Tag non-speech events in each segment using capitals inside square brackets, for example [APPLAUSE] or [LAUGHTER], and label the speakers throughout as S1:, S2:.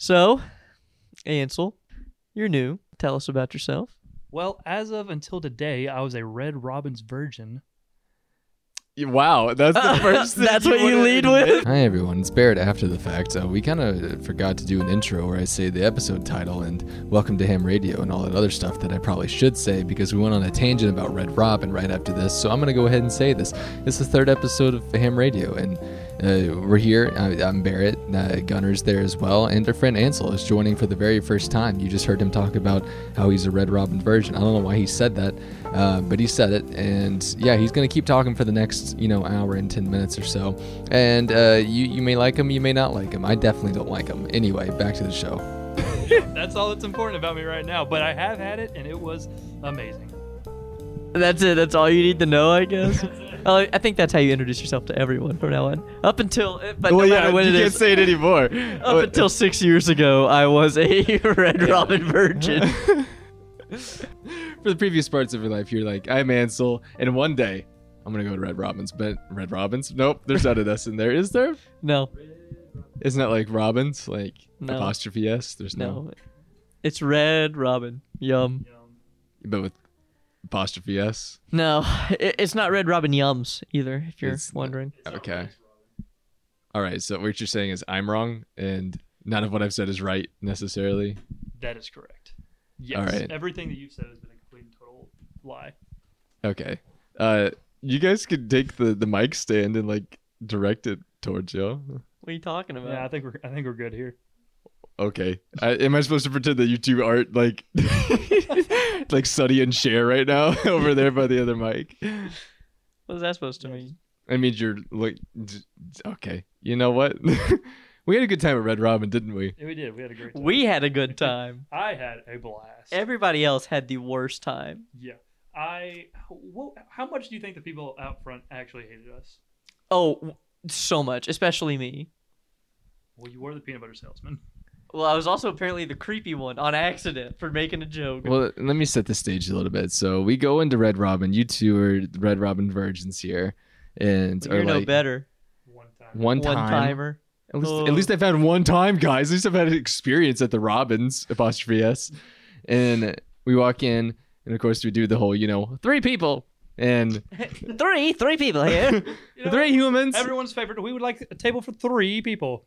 S1: So, Ansel, you're new. Tell us about yourself.
S2: Well, as of until today, I was a Red Robin's virgin.
S3: Wow, that's the
S1: [LAUGHS]
S3: first. thing
S1: That's what you
S3: wanna
S1: lead with?
S3: admit?
S4: Hi everyone, it's Barrett after the fact. Uh, we kind of forgot to do an intro where I say the episode title and welcome to ham radio and all that other stuff that I probably should say because we went on a tangent about Red Robin right after this. So I'm going to go ahead and say this. It's the third episode of ham radio and uh, we're here. I, I'm Barrett. Uh, Gunner's there as well. And our friend Ansel is joining for the very first time. You just heard him talk about how he's a Red Robin virgin. I don't know why he said that, uh, but he said it. And yeah, he's going to keep talking for the next, you know, hour and 10 minutes or so. And uh, you, you may like him, you may not like him. I definitely don't like him. Anyway, back to the show.
S2: That's all that's important about me right now. But I have had it, and it was amazing.
S1: That's it. That's all you need to know, I guess. [LAUGHS] Uh, I think that's how you introduce yourself to everyone from now on. Up until, uh, but [LAUGHS]
S3: well,
S1: no
S3: yeah,
S1: matter when
S3: you
S1: it
S3: can't
S1: is.
S3: say it
S1: [LAUGHS]
S3: anymore.
S1: up
S3: But-
S1: until six years ago, I was a [LAUGHS] Red Robin
S3: [LAUGHS]
S1: virgin.
S3: [LAUGHS] for the previous parts of your life, you're like, I'm Ansel, and one day I'm gonna go to Red Robin's. But Red Robin's? Nope, there's not an S in there, is there?
S1: No,
S3: Isn't that like Robin's, like
S1: No.
S3: apostrophe S? There's no.
S1: no. It's Red Robin. Yum.
S3: but with apostrophe S.
S1: No, it, it's not Red Robin Yums either, if you're
S3: It's not-
S1: wondering.
S3: Okay. All right. So what you're saying is I'm wrong, and none of what I've said is right necessarily.
S2: That is correct. Yes,
S3: All right.
S2: everything that you've said has been a complete and total lie.
S3: Okay. Uh, you guys could take the the mic stand and like direct it towards you.
S1: What are you talking about?
S2: Yeah, I think we're I think we're good here.
S3: Okay. I, am I supposed to pretend that you two aren't like [LAUGHS] like Sonny and Cher right now [LAUGHS] over there by the other mic?
S1: what is that supposed to mean?
S3: I mean, you're like, d- d- okay. You know what? [LAUGHS] we had a good time at Red Robin, didn't we?
S2: Yeah, we did. We had a great time.
S1: We had a good time.
S2: I had a blast.
S1: Everybody else had the worst time.
S2: yeah. I. What, how much do you think the people out front actually hated us?
S1: Oh, w- so much, especially me.
S2: Well, you were the peanut butter salesman.
S1: Well, I was also apparently the creepy one on accident for making a joke.
S3: Well, let me set the stage a little bit. So we go into Red Robin. You two are Red Robin virgins here, and
S1: But
S3: are
S1: you're no
S3: like,
S1: better.
S2: One time.
S3: One time.
S1: One timer.
S3: At least,
S1: Oh.
S3: at least I've had one time, guys. At least I've had an experience at the Robins apostrophe s, and we walk in, and of course we do the whole, you know, three people and
S1: [LAUGHS] three, three people here.
S2: You know,
S3: three humans,
S2: Everyone's favorite. We would like a table for three people.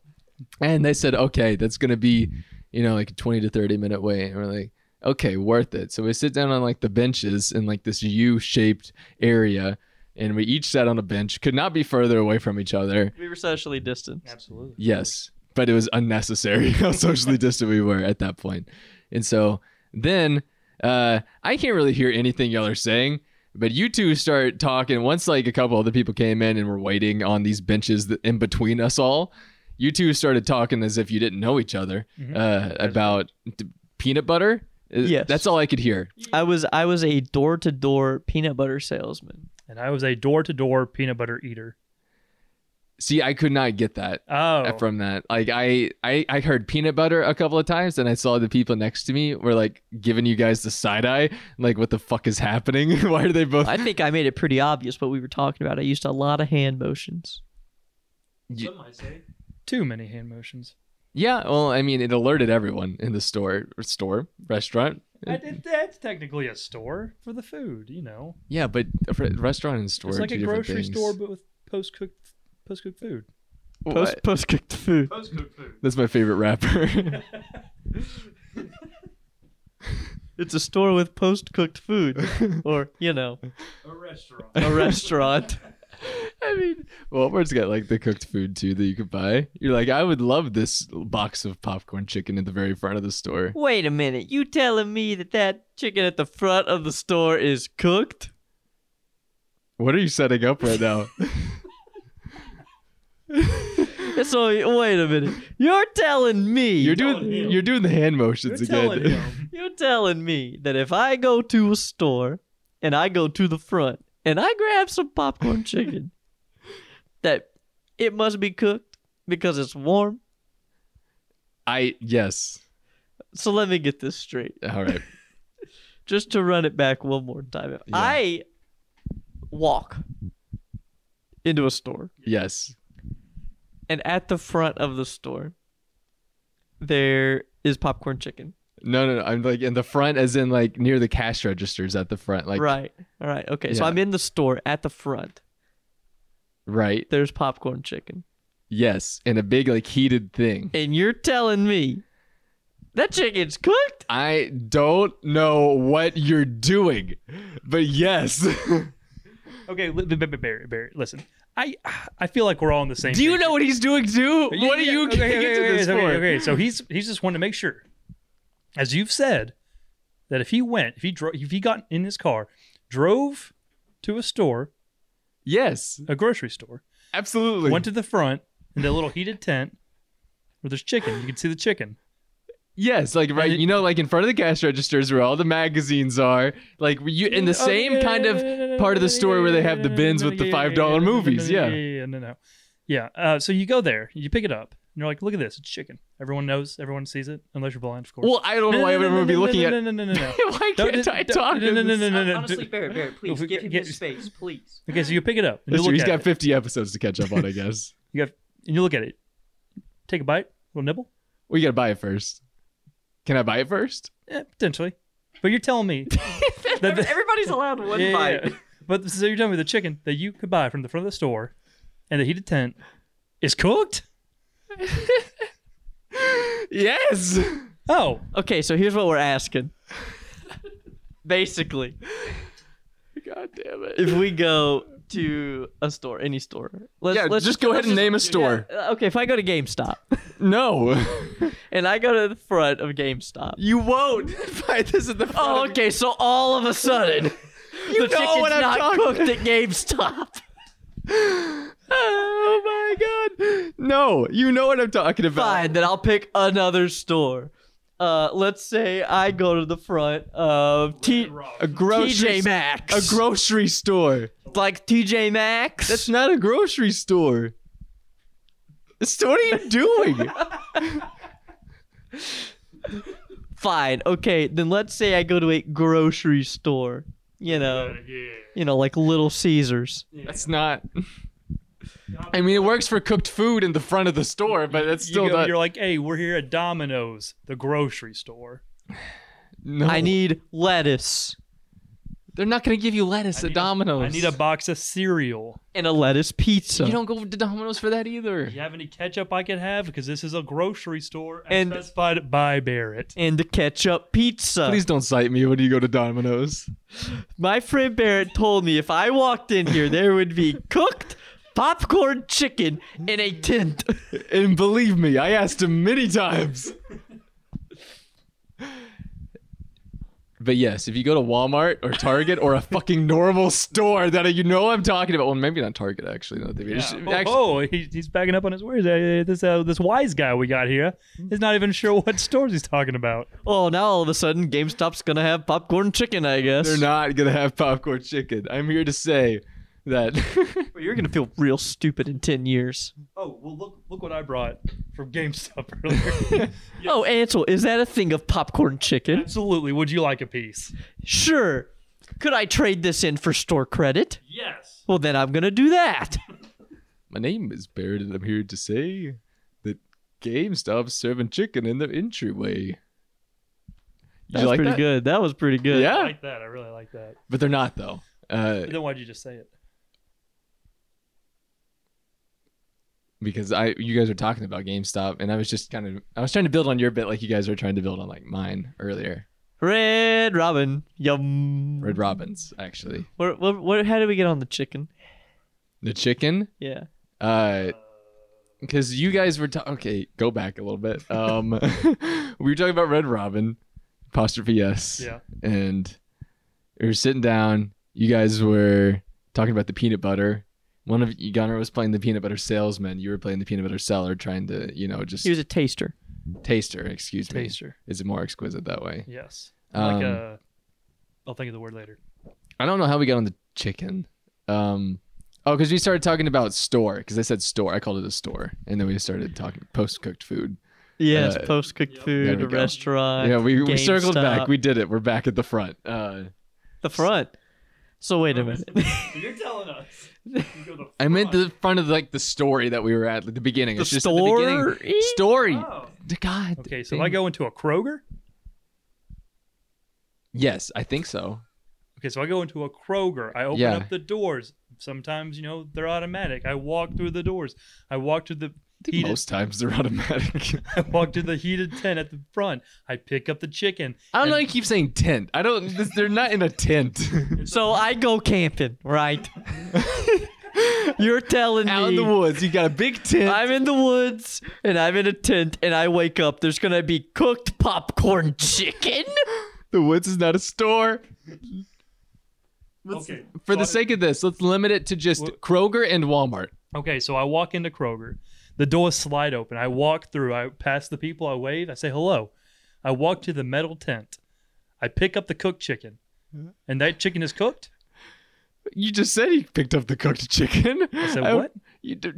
S3: and they said, okay, that's gonna be, you know, like a twenty to thirty minute wait, and we're like, okay, worth it. So we sit down on like the benches in like this U shaped area, and we each sat on a bench, could not be further away from each other.
S1: [LAUGHS] we were socially distanced.
S2: Absolutely.
S3: Yes, but it was unnecessary [LAUGHS] how socially distant we were at that point. And so then uh, I can't really hear anything y'all are saying, but you two start talking. Once like a couple other people came in and were waiting on these benches that in between us all, you two started talking as if you didn't know each other
S2: Mhm.
S3: uh, about d- peanut butter. Uh,
S1: Yes.
S3: That's all I could hear.
S1: I was I was a door to door peanut butter salesman.
S2: And I was a door to door peanut butter eater.
S3: See, I could not get that.
S2: Oh.
S3: from that. Like I, I I heard peanut butter a couple of times and I saw the people next to me were like giving you guys the side eye, like what the fuck is happening? [LAUGHS] Why are they both
S1: I think I made it pretty obvious what we were talking about. I used a lot of hand motions.
S3: Y-
S2: Some might say too many hand motions.
S3: Yeah, well, I mean it alerted everyone in the store store, restaurant.
S2: I did, that's technically a store for the food, you know.
S3: Yeah, but a fr- restaurant and store
S2: It's
S3: are
S2: like
S3: two
S2: a
S3: different
S2: grocery
S3: things.
S2: store but with post cooked post cooked food.
S3: What?
S1: Post post cooked food.
S2: Post cooked [LAUGHS] food.
S3: That's my favorite [LAUGHS] rapper.
S1: It's a store with post cooked
S3: [LAUGHS]
S1: food. or, you know,
S2: A restaurant.
S1: a restaurant.
S3: I mean, Walmart's got like the cooked food too that you could buy. You're like, I would love this box of popcorn chicken at the very front of the store.
S1: Wait a minute. You telling me that that chicken at the front of the store is cooked?
S3: What are you setting up
S2: [LAUGHS]
S3: right now?
S1: So wait a minute. You're telling me.
S3: You're
S2: telling
S3: doing
S2: him.
S3: you're doing the hand motions
S2: You're
S3: [LAUGHS]
S2: telling
S3: again.
S2: him.
S1: You're telling me that if I go to a store and I go to the front and I grab some popcorn
S3: [LAUGHS]
S1: chicken, that it must be cooked because it's warm.
S3: I yes.
S1: So let me get this straight.
S3: All right.
S1: Just to run it back one more time. If
S3: Yeah.
S1: I walk into a store
S3: yes.
S1: and at the front of the store, there is popcorn chicken.
S3: No, no, no. I'm like in the front, as in like near the cash registers at the front, like
S1: right. All right. Okay. So
S3: Yeah.
S1: I'm in the store at the front.
S3: right.
S1: There's popcorn chicken.
S3: Yes, in a big like heated thing.
S1: And you're telling me that chicken's cooked?
S3: I don't know what you're doing, but yes. [LAUGHS] Do
S2: Okay, li- b- b- b- Barry, Barry, listen. I I feel like we're all on the same.
S3: you
S2: page.
S3: know what he's doing too?
S2: Yeah,
S3: What are
S2: yeah,
S3: you
S2: okay,
S3: getting
S2: okay,
S3: into
S2: okay,
S3: this
S2: okay,
S3: for?
S2: Okay, so he's he's just wanting to make sure, as you've said, that if he went, if he drove, if he got in his car, drove to a store,
S3: Yes,
S2: a grocery store,
S3: absolutely.
S2: went to the front in the little heated tent where there's chicken, you can see the chicken.
S3: Yes, like right,
S2: it-
S3: you know, like in front of the cash registers where all the magazines are, like you in the
S2: Oh,
S3: same
S2: yeah,
S3: kind
S2: yeah,
S3: of
S2: yeah, yeah,
S3: part of the
S2: yeah,
S3: store
S2: yeah,
S3: where they
S2: yeah,
S3: have the
S2: yeah,
S3: bins
S2: yeah,
S3: with the
S2: yeah,
S3: five dollar
S2: yeah, yeah,
S3: movies.
S2: yeah,
S3: Yeah,
S2: yeah, yeah, no, no, yeah. Uh, so you go there, you pick it up, and you're like, "Look at this, it's chicken." Everyone knows, everyone sees it, unless you're blind, of course.
S3: Well, I don't know
S2: No,
S3: why
S2: no, no,
S3: everyone would
S2: no,
S3: be
S2: no,
S3: looking
S2: no, [LAUGHS]
S3: at.
S2: no, no, no, no, no.
S3: [LAUGHS] Why
S2: Don't-
S3: can't I
S2: don't-
S3: talk?
S2: No, no, no, no, no, no.
S1: Honestly, Barrett, Barrett, please
S2: we
S1: give
S2: can
S1: people
S2: get-
S1: space, please.
S2: Okay, so you pick it up. And you
S3: That's true.
S2: look
S3: He's
S2: at
S3: got
S2: it.
S3: 50 episodes to catch up on, I guess.
S2: You have and you look at it. Take a bite, a little nibble,
S3: We gotta buy it first. Can I buy it first?
S2: eh, potentially. But you're telling me [LAUGHS] that the,
S1: Everybody's allowed one
S2: Yeah, yeah,
S1: bite.
S2: yeah. But so you're telling me the chicken that you could buy from the front of the store, and the heated tent, is cooked?
S3: Yes.
S2: Oh,
S1: Okay, so here's what we're [LAUGHS] asking. Basically,
S3: [LAUGHS] God damn
S1: if
S3: it.
S1: we go to a store, any store, let's,
S3: Yeah,
S1: let's
S3: just go ahead
S1: let's
S3: and
S1: just-
S3: name a store.
S1: Uh, Okay, if I go to GameStop [LAUGHS]
S3: No,
S1: and I go to the front of GameStop.
S3: you won't [LAUGHS] buy this at the front.
S1: Oh, okay, so all of a [LAUGHS] sudden, the
S3: know
S1: chicken's
S3: what I'm
S1: not
S3: talking-
S1: cooked at GameStop.
S3: Oh my god. No, you know what I'm talking about.
S1: Fine, then I'll pick another store. Uh, let's say I go to the front of T-
S3: A grocery
S1: TJ Maxx.
S3: A grocery store.
S1: like TJ Maxx.
S3: That's not a grocery store. So what are you doing?
S1: fine. Okay, then let's say I go to a grocery store. You know, you know, like Little Caesars.
S3: That's not. I mean, it works for cooked food in the front of the store, but that's still
S2: you go,
S3: not.
S2: you're like, hey, we're here at Domino's, the grocery store.
S3: No,
S1: I need lettuce
S3: They're not gonna give you lettuce at
S2: need a-
S3: Domino's.
S2: I need a box of cereal.
S1: and a lettuce pizza.
S3: You don't go to Domino's for that either.
S2: Do you have any ketchup I can have? Because this is a grocery store as
S1: And-
S2: specified by Barrett.
S1: and the ketchup pizza.
S3: Please don't cite me when you go to Domino's.
S1: My friend Barrett told me if I walked in here, there would be cooked popcorn chicken in a tent. [LAUGHS]
S3: And believe me, I asked him many times. But yes, if you go to Walmart or Target or a fucking normal store that you know I'm talking about, well, maybe not Target actually. No, they- just-
S2: Oh,
S3: actually-
S2: oh, he, he's backing up on his words. Uh, this uh, this wise guy we got here is not even sure what stores he's talking about.
S1: Oh, now all of a sudden, GameStop's gonna have popcorn chicken, I guess.
S3: They're not gonna have popcorn chicken. I'm here to say that. [LAUGHS]
S1: Well, You're gonna feel real stupid in ten years.
S2: Oh well, look look what I brought from GameStop [LAUGHS] earlier.
S1: Oh, Ansel, is that a thing of popcorn chicken?
S2: Absolutely, would you like a piece?
S1: Sure. Could I trade this in for store credit?
S2: Yes.
S1: Well, then I'm gonna do that.
S3: My name is Barrett, and I'm here to say that GameStop's serving chicken in their entryway. Did
S1: That's
S3: you like
S1: pretty
S3: that?
S1: good. That was pretty good.
S2: I
S3: Yeah,
S2: like that. I really like that.
S3: but they're not though. Uh,
S2: But Ah. then why'd you just say it?
S3: because I you guys are talking about GameStop and I was just kind of I was trying to build on your bit like you guys were trying to build on like mine earlier.
S1: Red Robin. Yum.
S3: Red Robins actually.
S1: What, what, what, how did we get on the chicken?
S3: The chicken
S1: Yeah.
S3: uh cuz you guys were ta- okay, go back a
S1: [LAUGHS]
S3: little bit. Um [LAUGHS] we were talking about Red Robin apostrophe s.
S2: Yeah.
S3: And we were sitting down, you guys were talking about the peanut butter. One of you Gunner was playing the peanut butter salesman, you were playing the peanut butter seller trying to, you know, just
S1: He was a taster.
S3: taster, excuse me.
S2: Taster.
S3: Is it more exquisite that way?
S2: Yes. Like
S3: Um,
S2: uh, I'll think of the word later.
S3: I don't know how we got on the chicken. Um, oh, because we started talking about store because I said store. I called it a store, and then we started talking post cooked food.
S1: Yes,
S3: Uh,
S1: post cooked
S3: There
S1: food,
S3: we
S1: a
S3: go.
S1: restaurant.
S3: yeah, we, we circled
S1: Uh, GameStop,
S3: back. We did it. We're back at the front. Uh,
S1: the front. So wait a minute.
S2: [LAUGHS] You're telling
S1: [LAUGHS]
S2: us.
S3: I meant the front of like the story that we were at, like the beginning.
S1: the Oh.
S3: It's just at the beginning.
S1: story.
S3: Story. God.
S2: Okay, so if
S3: dang
S2: I
S3: it.
S2: go into a Kroger,
S3: Yes, I think so.
S2: okay, so I go into a Kroger. I open
S3: Yeah.
S2: up the doors. Sometimes you know they're automatic. I walk through the doors. I walk to the
S3: I think
S2: heated.
S3: most times
S1: [LAUGHS]
S3: they're automatic.
S2: [LAUGHS] I walk to the heated tent at the front. I pick up the chicken.
S3: I don't
S2: And-
S3: know. You keep saying tent. I don't. this- They're not in
S1: [LAUGHS]
S3: a tent.
S1: So I go camping, right? [LAUGHS] You're telling
S3: Out in
S1: me
S3: the woods, you got a big tent.
S1: I'm in the woods and I'm in a tent and I wake up. There's gonna be cooked popcorn [LAUGHS] chicken.
S3: the woods is not a store.
S2: Okay.
S3: For
S2: so
S3: the
S2: I-
S3: sake of this, let's limit it to just
S2: Well-
S3: Kroger and Walmart.
S2: Okay, so I walk into Kroger. The doors slide open. I walk through. I pass the people. I wave. I say hello. I walk to the metal tent. I pick up the cooked chicken. And that chicken is cooked?
S3: You just said he picked up the cooked chicken. I
S2: said what?
S3: You, d-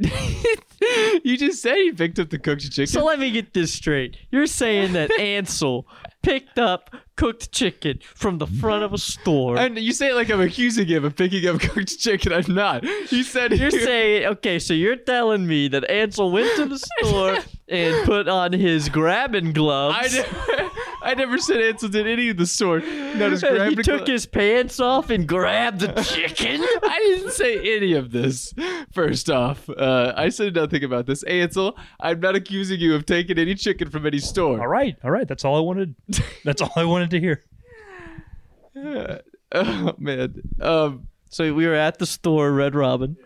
S3: [LAUGHS] you just said he picked up the cooked chicken.
S1: So let me get this straight. You're saying that
S3: [LAUGHS]
S1: Ansel picked up cooked chicken from the front of a store.
S3: and [LAUGHS] you say it like I'm accusing him of picking up cooked chicken. I'm not. You said
S1: you're
S3: he-
S1: saying okay, so you're telling me that Ansel went to the
S3: [LAUGHS]
S1: store and put on his grabbing gloves.
S3: [LAUGHS] I never, [LAUGHS] I never said Ansel did any of the sort. Not his
S1: and he
S3: graphic-
S1: took his pants off and grabbed the chicken.
S3: [LAUGHS] I didn't say any of this. First off, uh, I said nothing about this. Ansel, I'm not accusing you of taking any chicken from any store.
S2: All right. All right. That's all I
S3: [LAUGHS]
S2: wanted. That's all I wanted to hear.
S3: [LAUGHS] Oh man. Um,
S1: so we were at the store, Red Robin.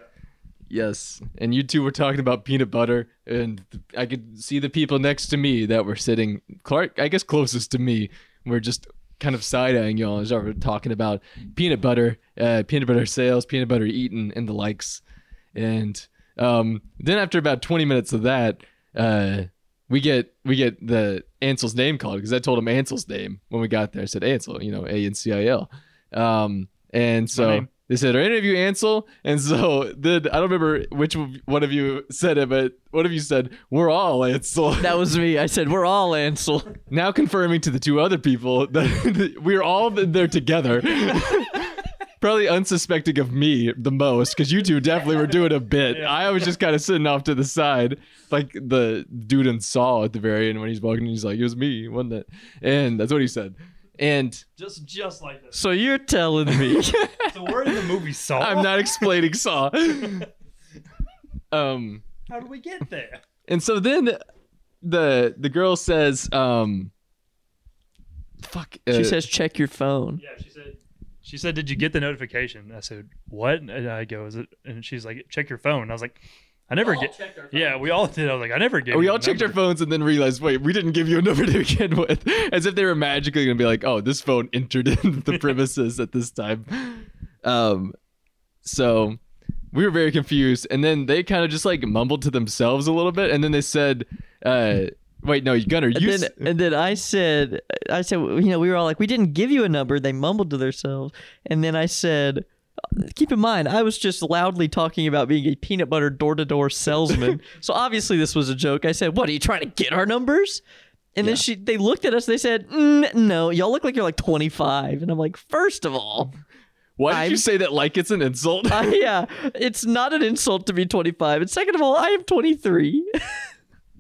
S3: yes. And you two were talking about peanut butter, and I could see the people next to me that were sitting, Clark, I guess closest to me, were just kind of side eyeing y'all as I were talking about peanut butter, uh, peanut butter sales, peanut butter eaten, and the likes. And um, then after about 20 minutes of that, uh, we get we get the Ansel's name called because I told him Ansel's name when we got there. I said Ansel, you know A N C I L, um, and so
S2: name.
S3: they said, "Are any of you Ansel?" And so [LAUGHS] then I don't remember which one of you said it, but one of you said, "We're all Ansel."
S1: That was me. I said, "We're all Ansel."
S3: now confirming to the two other people that, that [LAUGHS] we're all there together. Probably unsuspecting of me the most because you two definitely were doing a bit.
S2: Yeah.
S3: I was just kind of sitting off to the side, like the dude in Saw at the very end when he's walking, he's like, "It was me, wasn't it?" And that's what he said. And
S2: Just just like this.
S1: So you're telling [LAUGHS] me
S2: So we're in the movie Saw.
S3: I'm not explaining Saw. um,
S2: How do we get there?
S3: And so then the the girl says, um, "Fuck." uh,
S1: she says, "Check your phone." [LAUGHS]
S2: Yeah, she said she said, "Did you get the notification?" I said, "What?" And I go, "Is it?" And she's like, "Check your phone." And I was like, "I never get." Yeah, we all did. I was like, "I never get."
S3: Oh, we
S2: your
S3: all checked our
S2: number."
S3: phones and then realized, wait, we didn't give you a number to begin with, [LAUGHS] as if they were magically going to be like, oh, this phone entered in [LAUGHS]
S1: [LAUGHS]
S3: the premises at this time. Um, so we were very confused, and then they kind of just like mumbled to themselves a little bit, and then they said, uh, "Wait, no, Gunner,
S1: And
S3: you."
S1: then,
S3: s-
S1: and then I said, I said, you know, we were all like, we didn't give you a number. They mumbled to themselves. And then I said, uh, keep in mind, I was just loudly talking about being a peanut butter door to door [LAUGHS] salesman. so obviously this was a joke. I said, what are you trying to get our numbers? And then she, they looked at us. They said, mm, no, y'all look like you're like 25. And I'm like, first of all,
S3: why did
S1: I'm-
S3: you say that like it's an insult?
S1: I, [LAUGHS] yeah, it's not an insult to be 25. And second of all, I am 23.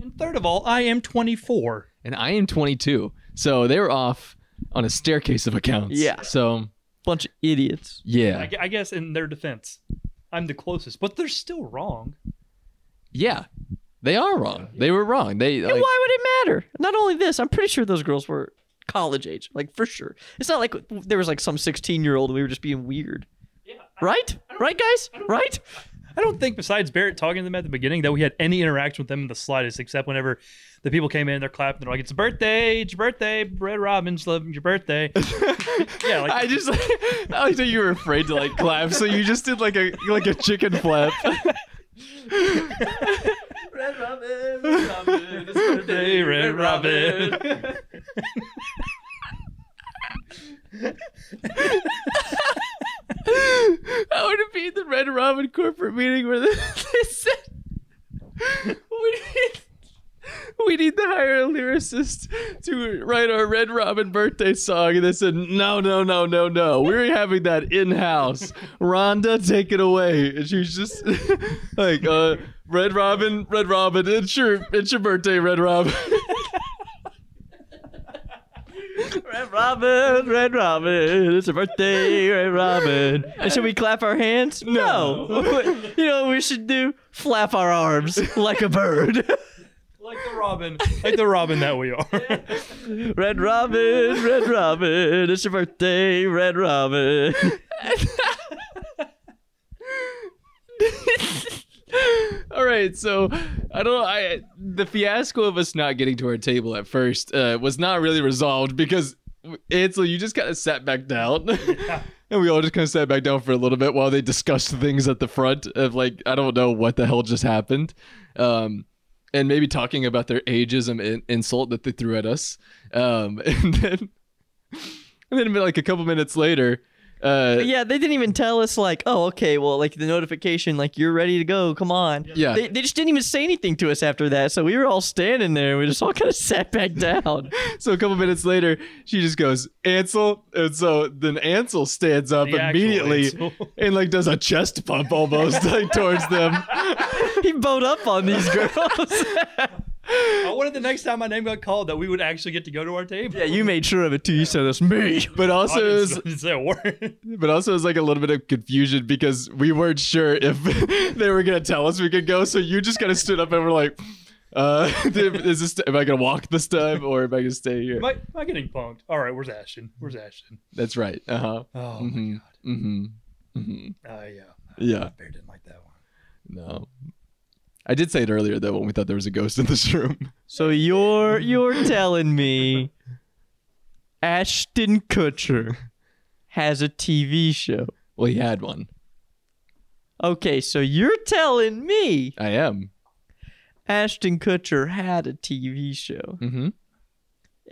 S2: And third of all, I am 24.
S3: [LAUGHS] and I am 22. So they were off on a staircase of accounts.
S1: Yeah.
S3: So
S1: [LAUGHS] Bunch of idiots.
S2: I,
S3: yeah,
S2: gu- I guess in their defense, I'm the closest, but they're still wrong.
S3: yeah, they are wrong. They were wrong. They
S1: And
S3: like,
S1: why would it matter? Not only this, I'm pretty sure those girls were college age, like for sure. It's not like there was like some 16 year old and we were just being weird. Right? Right, guys? Right?
S2: I don't think, besides Barrett talking to them at the beginning, that we had any interaction with them in the slightest, except whenever the people came in, they're clapping, they're like, "It's your birthday, it's your birthday, Red Robin's loving your [LAUGHS] birthday." yeah, like
S3: I just I like that you were afraid to like clap, so you just did like a like a chicken flap.
S2: birthday, [LAUGHS] Red Robin. [LAUGHS]
S3: I would have been the Red Robin corporate meeting where they, [LAUGHS] they said we need, we need to hire a lyricist to write our Red Robin birthday song, and they said no, no, no, no, no. We're having that in house. Rhonda, take it away. And she was just [LAUGHS] like, uh, Red Robin, Red Robin, it's your it's your birthday, Red Robin.
S1: [LAUGHS] Red Robin, Red Robin, it's your birthday, Red Robin. And should we clap our hands? No. [LAUGHS] you know what we should do? Flap our arms like a bird. [LAUGHS]
S2: like the Robin, like the Robin that we are. Uh,
S1: Red Robin, Red Robin, it's your birthday, Red Robin.
S3: [LAUGHS] All right, so I don't. I the fiasco of us not getting to our table at first uh, was not really resolved because Ansel, you just kind of sat back down, and we all just kind of sat back down for a little bit while they discussed things at the front of like I don't know what the hell just happened, um, and maybe talking about their ageism in- insult that they threw at us, um, [LAUGHS] and then and then like a couple minutes later. Uh,
S1: But yeah, they didn't even tell us like, oh, okay, well, like the notification, like you're ready to go, come on.
S3: Yeah.
S1: They, they just didn't even say anything to us after that, so we were all standing there, and we just all kind of sat back down.
S3: So a couple minutes later, she just goes, Ansel. And so then Ansel stands up
S2: The actual
S3: immediately
S2: Ansel.
S3: [LAUGHS] and like does a chest pump almost
S2: [LAUGHS]
S3: like towards them.
S1: [LAUGHS] he bowed up on these girls.
S2: I wanted the next time my name got called that we would actually get to go to our
S1: [LAUGHS]
S2: table.
S1: yeah, you made sure of it too. You said it's me.
S3: But
S2: I
S3: also it
S2: didn't [LAUGHS]
S3: was,
S2: say a word.
S3: but also it was like a little bit of confusion because we weren't sure if [LAUGHS] they were gonna tell us we could go. So you just kind of stood up and were like, uh, [LAUGHS] is this am I gonna walk this time or am I gonna stay here?
S2: Am I, am I getting punked? All right, where's Ashton? Where's Ashton?
S3: That's right. Uh huh.
S2: Oh,
S3: Mm-hmm. Mm-hmm. Mm-hmm.
S2: oh yeah.
S3: Yeah.
S2: Bear didn't like that one.
S3: No. I did say it earlier though when we thought there was a ghost in this [LAUGHS] room.
S1: So you're you're telling me Ashton Kutcher has a TV show.
S3: Well, he had one.
S1: Okay, so you're telling me
S3: I am.
S1: Ashton Kutcher had a TV show.
S3: Mm-hmm.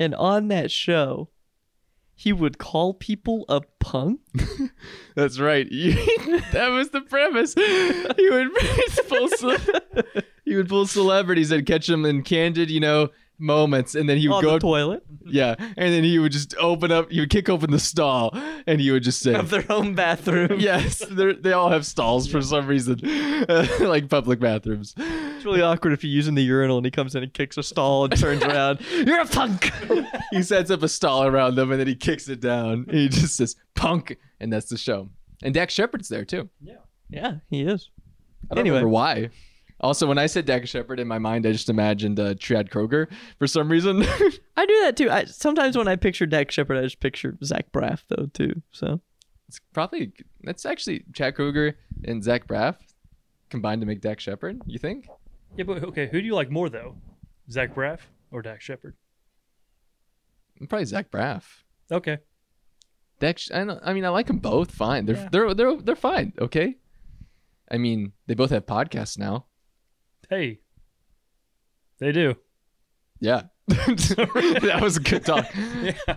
S1: And on that show, he would call people a [LAUGHS] punk?
S3: That's right. [LAUGHS] You- that was the premise. He would [LAUGHS] pull ce- he would pull celebrities and catch them in candid, you know, moments, and then he would
S1: on
S3: go
S1: the
S3: up,
S1: toilet
S3: yeah, and then he would just open up. He would kick open the stall, and he would just say.
S1: of their own bathroom.
S3: [LAUGHS] Yes, they're- they all have stalls for some reason, [LAUGHS] like public bathrooms.
S1: It's really awkward if you're using the urinal and he comes in and kicks a stall and [LAUGHS] turns around. You're a punk.
S3: [LAUGHS] he sets up a stall around them and then he kicks it down. He just says punk, and that's the show. And Dak Shepard's there too.
S1: yeah, he is.
S3: I don't
S1: Anyway.
S3: remember why. Also, when I said Dak Shepard in my mind, I just imagined uh, Triad Kroger for some reason. [LAUGHS]
S1: I do that too. I sometimes when I picture Dak Shepard, I just picture Zach Braff though too. So
S3: it's probably that's actually Chad Kroger and Zach Braff combined to make Dak Shepard. You think?
S2: Yeah, but okay, who do you like more though? Zach Braff or Dak Shepard?
S3: Probably Zach Braff.
S2: Okay.
S3: Dak. Sh- I, don't, I mean, I like them both. Fine. They're
S2: Yeah.
S3: they're they're they're fine. Okay. I mean, they both have podcasts now.
S2: Hey. They do. [LAUGHS]
S3: Yeah. [LAUGHS] that was a good talk.
S2: Yeah.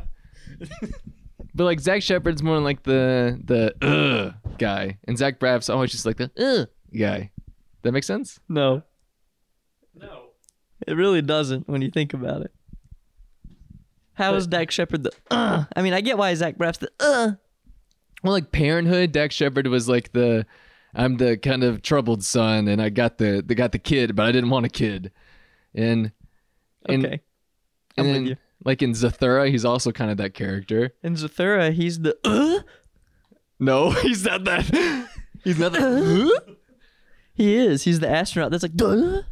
S3: But like Zach Shepard's more like the the Ugh, guy, and Zach Braff's always just like the Ugh, guy. That makes sense.
S1: no,
S2: No.
S1: it really doesn't when you think about it. How is Dak Shepard the? Uh, I mean, I get why Zach Braff's the. Uh,
S3: Well, like Parenthood, Dak Shepard was like the I'm the kind of troubled son, and I got the they got the kid, but I didn't want a kid. And and,
S1: okay. I'm
S3: and
S1: with
S3: then,
S1: you.
S3: like in Zathura, he's also kind of that character.
S1: And Zathura, he's the. Uh,
S3: No, [LAUGHS] he's not that. He's [LAUGHS] not that.
S1: he is. He's the astronaut. That's like. Duh.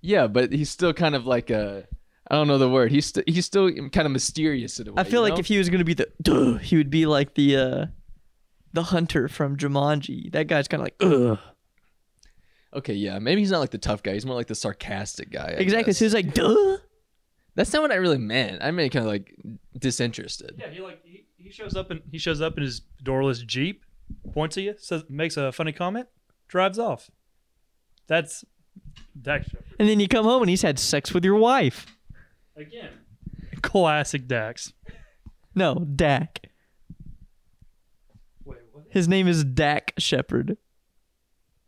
S3: yeah, but he's still kind of like a I don't know the word. He's st- he's still kind of mysterious in a way.
S1: I feel
S3: you
S1: like
S3: know?
S1: if he was gonna be the, duh, he would be like the, uh, the hunter from Jumanji. That guy's kind of like. Ugh.
S3: Okay, yeah, maybe he's not like the tough guy. He's more like the sarcastic guy. I
S1: Exactly.
S3: guess.
S1: So he's like, duh.
S3: That's not what I really meant. I meant kind of like disinterested.
S2: Yeah, he like he, he shows up and he shows up in his doorless Jeep, points at you, says makes a funny comment, drives off. That's Dak Shepard.
S1: And then you come home and he's had sex with your wife.
S2: Again. Classic Dax.
S1: No, Dak.
S2: Wait, what?
S1: His name is Dak Shepard.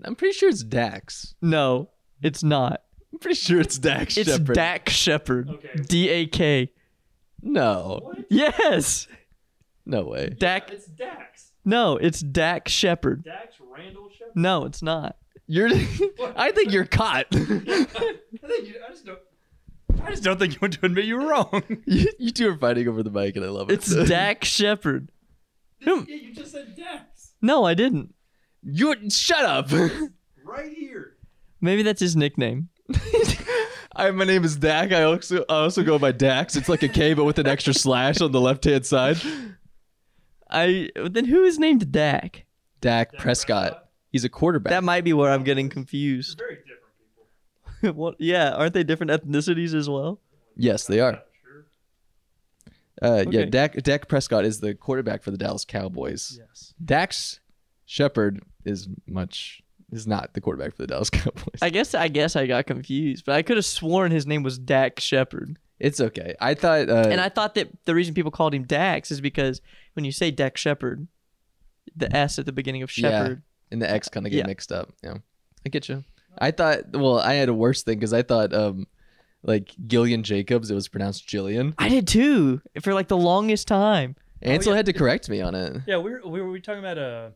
S3: I'm pretty sure it's Dax.
S1: No, it's not.
S3: I'm pretty sure it's Dax
S1: It's
S3: Shepard.
S1: Dak Shepard.
S2: Okay.
S1: D A K.
S3: No,
S1: Yes.
S3: no way.
S1: Dak.
S2: It's Dax.
S1: No, it's Dak Shepard.
S2: Dax Randall Shepard. [LAUGHS]
S1: No, it's not.
S3: [LAUGHS] You're. I think you're caught. [LAUGHS]
S2: I think you, I just don't. I just don't think you want to admit you were [LAUGHS] wrong.
S3: you, you two are fighting over the mic, and I love
S1: [LAUGHS]
S3: it.
S1: It's
S3: [LAUGHS]
S1: Dak Shepard. Who-
S5: Yeah, you just said Dax.
S1: No, I didn't.
S6: You shut up.
S5: Right here.
S1: Maybe that's his nickname.
S3: [LAUGHS] I, my name is Dak. I also I also go by Dax. It's like a K, but with an extra slash on the left hand side.
S1: I then who is named Dak?
S3: Dak Prescott. He's a quarterback.
S1: That might be where I'm getting confused. [LAUGHS]
S2: Very different people.
S1: what? Yeah, aren't they different ethnicities as well?
S3: yes, they are.
S2: Sure.
S3: Uh, Yeah,
S1: Okay.
S3: Dak Dak Prescott is the quarterback for the Dallas Cowboys.
S2: Yes.
S3: Dax Shepard is much is not the quarterback for the Dallas [LAUGHS] Cowboys.
S1: I guess I guess I got confused, but I could have sworn his name was Dak Shepard.
S3: it's okay. I thought. Uh,
S1: And I thought that the reason people called him Dax is because when you say Dak Shepard, the S at the beginning of
S3: Yeah.
S1: Shepard.
S3: and the X kind of get
S1: Yeah.
S3: mixed up. Yeah, I get you. I thought. Well, I had a worse thing because I thought, um, like Gillian Jacobs, it was pronounced Jillian.
S1: I did too for like the longest time.
S2: Oh,
S3: Ansel had to correct me on it.
S2: Yeah, we were, we were, we were talking about uh,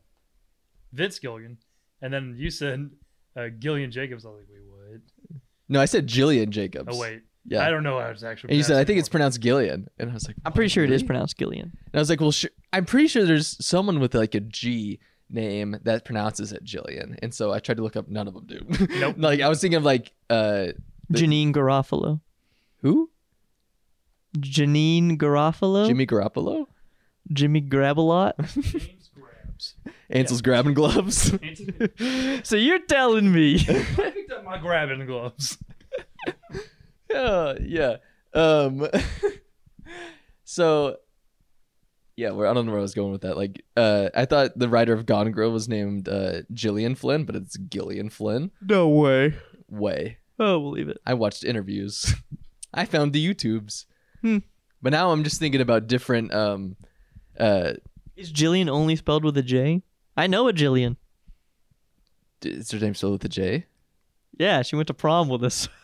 S2: Vince Gilligan, and then you said uh, Gillian Jacobs. I was like, wait, what?
S3: No, I said Jillian Jacobs.
S2: Oh, wait.
S3: Yeah.
S2: I don't know how it's actually.
S3: And you said, I
S2: pronounced
S3: think it's
S2: anymore."
S3: pronounced Gillian. And I was like,
S1: I'm pretty sure it is
S3: "Really?"
S1: pronounced Gillian.
S3: And I was like, well, sure. I'm pretty sure there's someone with like a G name that pronounces it Jillian. And so I tried to look up. None of them do.
S2: Nope.
S3: [LAUGHS] like I was thinking of like, uh, The-
S1: Janine Garofalo.
S3: who?
S1: Janine Garofalo.
S3: Jimmy Garoppolo?
S1: Jimmy Grabalot.
S2: James Grabs.
S3: Ansel's grabbing gloves.
S1: [LAUGHS]
S3: [LAUGHS]
S1: so you're telling me
S2: [LAUGHS] I picked up my grabbing gloves.
S3: yeah, yeah. Um, [LAUGHS] so, yeah, where I don't know where I was going with that. Like, uh, I thought the writer of Gone Girl was named uh, Jillian Flynn, but it's Gillian Flynn.
S1: No way.
S3: Way.
S1: Oh, believe it.
S3: I watched interviews. [LAUGHS] I found the YouTubes.
S1: Hmm.
S3: But now I'm just thinking about different. Um, uh,
S1: Is Jillian only spelled with a J? I know a Jillian.
S3: d- is her name still with a J?
S1: Yeah, she went to prom with us. [LAUGHS]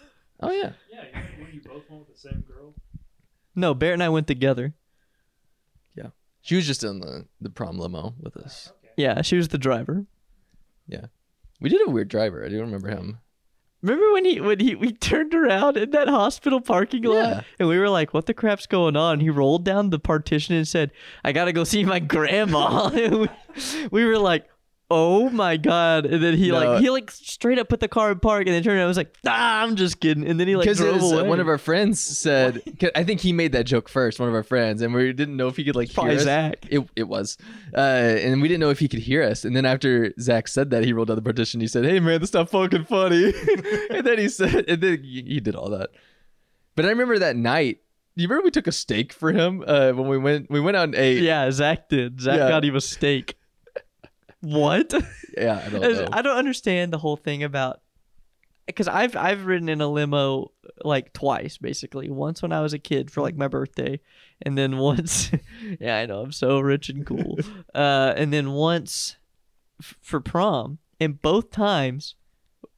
S3: Oh yeah.
S2: Yeah, you, you both went with the same girl.
S1: No, Barrett and I went together.
S3: She was just in the, the prom limo with us.
S1: Yeah, she was the driver.
S3: We did a weird driver. I do remember him.
S1: Remember when he when he we turned around in that hospital parking lot
S3: Yeah.
S1: and we were like, "What the crap's going on?" He rolled down the partition and said, "I gotta go see my grandma." [LAUGHS] And we, we were like, "Oh my god!" And then he
S3: No.
S1: like he like straight up put the car in park and then turned around and was like, "Ah, I'm just kidding." And then he like
S3: because uh,
S1: drove away.
S3: one of our
S1: [LAUGHS]
S3: friends said 'cause i think he made that joke first one of our friends and we didn't know if he could like hear
S1: Probably
S3: us.
S1: Zach.
S3: It, it was uh, and we didn't know if he could hear us and then after zach said that he rolled out the partition he said hey man this stuff fucking funny [LAUGHS] and then he said and then he, he did all that but i remember that night you remember we took a steak for him uh, when we went we went on a
S1: Yeah, Zach did. Zach
S3: Yeah.
S1: got him a steak. What? [LAUGHS]
S3: yeah I don't
S1: As-
S3: know.
S1: I don't understand the whole thing about because I've I've ridden in a limo like twice basically. Once when I was a kid for like my birthday, and then [LAUGHS] once, yeah, I know I'm so rich and
S3: [LAUGHS]
S1: cool. uh, and then once f- for prom, and both times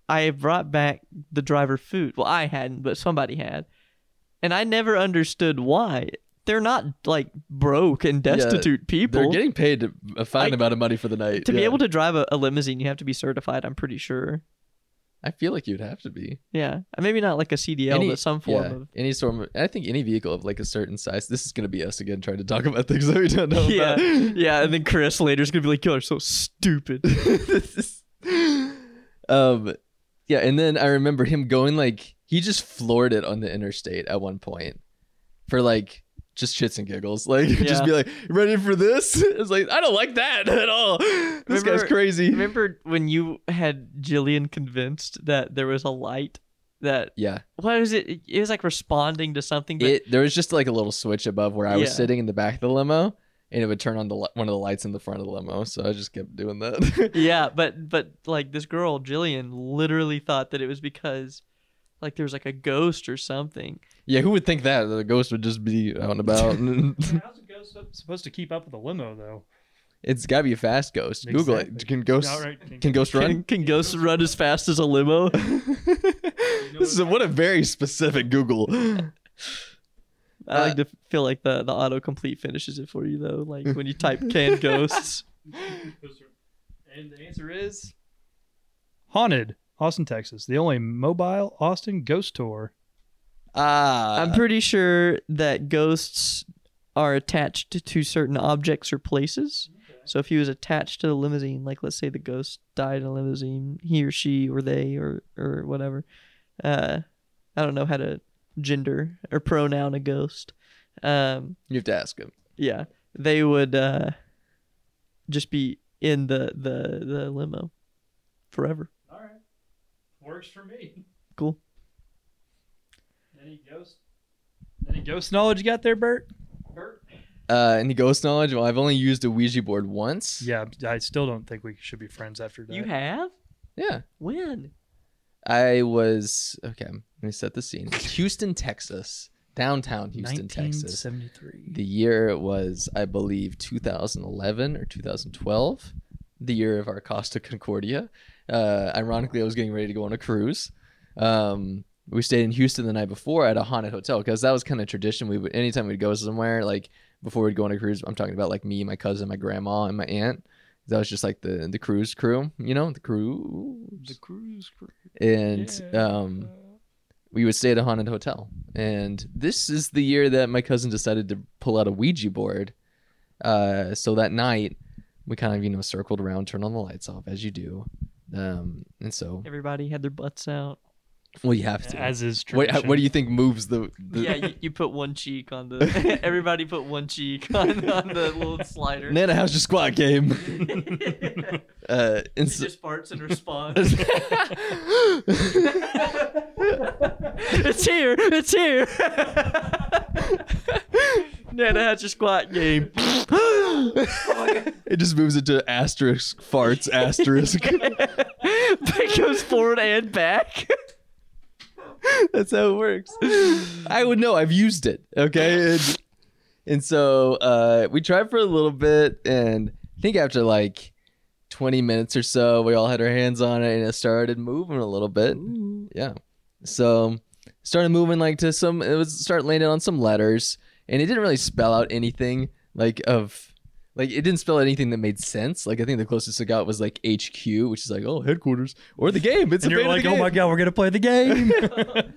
S1: I brought back the driver food. Well, I hadn't, but somebody had, and I never understood why. They're not like broke and
S3: Yeah,
S1: destitute people
S3: they're getting paid a fine
S1: I-
S3: amount of money for the night
S1: to be
S3: yeah.
S1: able to drive a, a limousine, you have to be certified. I'm pretty sure.
S3: i feel like you'd have to be
S1: Yeah, Uh, maybe not like a CDL,
S3: Any-
S1: but some form
S3: yeah,
S1: of.
S3: any sort of i think any vehicle of like a certain size this is going to be us again trying to talk about things that we don't know
S1: Yeah, [LAUGHS]
S3: about
S1: yeah, and then Chris later is gonna be like, "You are so stupid." [LAUGHS]
S3: [LAUGHS] This is- um yeah and then i remember him going like he just floored it on the interstate at one point for like just shits and giggles like [LAUGHS] just
S1: Yeah.
S3: be like ready for this [LAUGHS] it's like i don't like that [LAUGHS] at all this guy's
S1: Remember-
S3: crazy
S1: Remember when you had Jillian convinced that there was a light that
S3: yeah
S1: what was it? It was like responding to something. But
S3: it there was just like a little switch above where i was
S1: Yeah.
S3: sitting in the back of the limo and it would turn on the li- one of the lights in the front of the limo so i just kept doing that
S1: yeah, but but like this girl Jillian literally thought that it was because like there was like a ghost or something.
S3: [LAUGHS] Yeah, who would think that? The ghost would just be out
S1: [LAUGHS]
S3: and
S2: [LAUGHS]
S3: about. [LAUGHS]
S2: How's a ghost up- supposed to keep up with a limo though?
S3: it's gotta be a fast ghost. Google it.
S2: Exactly.
S3: Can ghosts
S2: All right, thank
S3: can
S2: you.
S3: ghosts
S1: Can, [LAUGHS]
S3: run?
S1: can ghosts run as fast as a [LAUGHS] limo?
S3: [LAUGHS] this is a, what a very specific
S1: [LAUGHS]
S3: Google.
S1: I like to feel like the the autocomplete finishes it for you though. Like when you [LAUGHS] type "can ghosts."
S2: And the answer is haunted, Austin, Texas. The only mobile Austin ghost tour.
S3: Ah.
S1: I'm pretty sure that ghosts are attached to certain objects or places. So if he was attached to the limousine, like let's say the ghost died in a limousine, he or she or they or or whatever. Uh, I don't know how to gender or pronoun a ghost. Um,
S3: you have to ask him.
S1: yeah, they would uh, just be in the the the limo forever.
S7: All right. Works for me.
S1: Cool.
S7: Any ghost?
S2: Any ghost knowledge you got there, Bert?
S7: Bert?
S3: Uh, any ghost knowledge? Well, I've only used a Ouija board once.
S2: Yeah, I still don't think we should be friends after that.
S1: You have
S3: Yeah.
S1: when?
S3: I was okay. Let me set the scene. It's Houston, Texas, downtown Houston, Texas.
S2: 1973.
S3: The year was, I believe, 2011 or 2012, the year of our Costa Concordia. Uh, ironically, I was getting ready to go on a cruise. Um, we stayed in Houston the night before at a haunted hotel because that was kind of tradition. We would anytime we'd go somewhere like before we'd go on a cruise. I'm talking about like me, my cousin, my grandma, and my aunt. That was just like the the cruise crew, you know, the crew.
S2: The cruise crew.
S3: And um, we would stay at a haunted hotel. And this is the year that my cousin decided to pull out a Ouija board. Uh, so that night, we kind of, you know, circled around, turned on the lights off as you do. Um, and so,
S1: Everybody had their butts out.
S3: well, you have to.
S2: as is
S3: what,
S2: tradition.
S3: what do you think moves the? the
S1: Yeah, you, you put one cheek on the. [LAUGHS] Everybody put one cheek [LAUGHS] on, on the little slider. [LAUGHS]
S3: Nana, how's your squat game? uh, and
S1: She
S3: so,
S1: just [LAUGHS] farts in response. [LAUGHS] it's here. It's here. [LAUGHS] Nana had your squat game.
S3: [LAUGHS]
S1: [LAUGHS]
S3: it just moves it to asterisk farts asterisk.
S1: it goes forward and back.
S3: That's how it works. I would know. I've used it. Okay. And, and so uh, we tried for a little bit, and I think after like 20 minutes or so, we all had our hands on it, and it started moving a little bit. Yeah. So started moving like to some. It was start landing on some letters, and it didn't really spell out anything like of. Like it didn't spell out anything that made sense. Like I think the closest I got was like HQ, which is like oh headquarters or the game. It's
S2: And
S3: a
S2: you're
S3: fan of
S2: like,
S3: the
S2: oh
S3: game."
S2: my god, we're gonna play the game.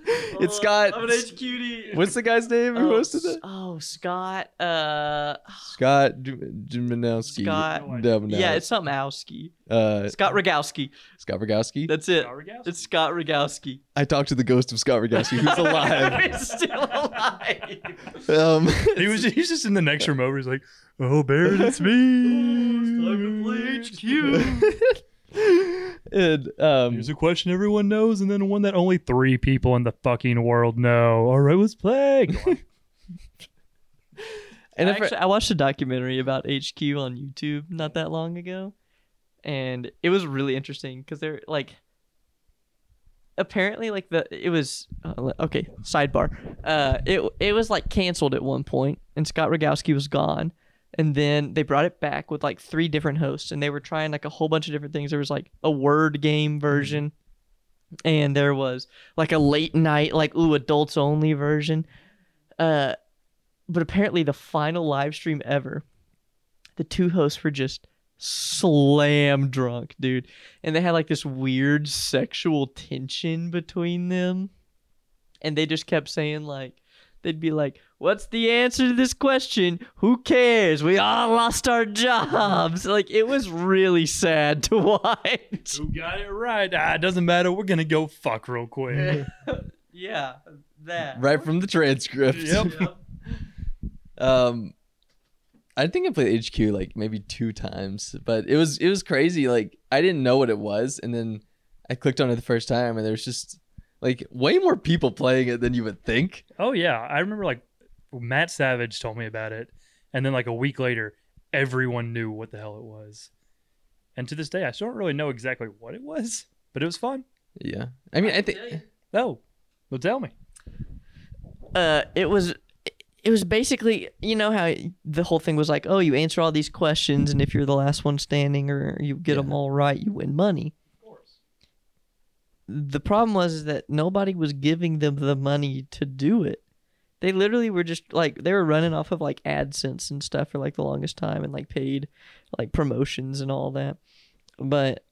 S3: [LAUGHS] [LAUGHS] It's got-
S1: I'm an HQD.
S3: What's the guy's name who
S1: Oh,
S3: hosted it?
S1: oh, Scott. Uh,
S3: Scott Jiminowski.
S1: Scott- yeah, it's something Owski.
S3: uh,
S1: Scott Rogowski.
S3: Scott Rogowski.
S1: That's it.
S2: Rogowski.
S1: It's Scott Rogowski.
S3: I talked to the ghost of Scott
S1: [LAUGHS]
S3: Rogowski, who's alive.
S1: He's still alive.
S3: um,
S2: he was he's just in the next room over. He's like, oh Baron, [LAUGHS] it's me.
S3: [LAUGHS] and
S2: [LAUGHS]
S3: um,
S2: Here's a question everyone knows, and then one that only three people in the fucking world know. All right, let's play. Go on.
S3: and
S1: I,
S3: if I-
S1: actually, I watched a documentary about HQ on YouTube not that long ago, and it was really interesting because they're like, apparently, like the it was uh, le- okay. Sidebar, uh, it it was like canceled at one point, and Scott Rogowski was gone, and then they brought it back with like three different hosts, and they were trying like a whole bunch of different things. There was like a word
S3: Mm-hmm.
S1: game version, and there was like a late night, like ooh, adults only version. Uh, but apparently the final live stream ever, the two hosts were just slam drunk, dude. And they had like this weird sexual tension between them. And they just kept saying like they'd be like, What's the answer to this question? Who cares? We all lost our jobs. Like it was really sad to [LAUGHS] watch.
S2: Who got it right? Ah, it doesn't matter. We're gonna go fuck real quick.
S1: yeah. That
S3: right from the transcript.
S2: Yep.
S3: Um, I think I played HQ like maybe two times, but it was it was crazy. Like I didn't know what it was, and then I clicked on it the first time, and there's just like way more people playing it than you would think.
S2: [LAUGHS] Oh yeah, I remember like Matt Savage told me about it, and then like a week later, everyone knew what the hell it was. And to this day, I still don't really know exactly what it was, but it was fun.
S3: Yeah, I mean, I think
S2: Oh, well, tell me.
S1: uh, it was it was basically you know how the whole thing was like oh you answer all these questions and if you're the last one standing or you get them all right you win money
S7: Of course.
S1: the problem was is that nobody was giving them the money to do it they literally were just like they were running off of like adsense and stuff for like the longest time and like paid like promotions and all that but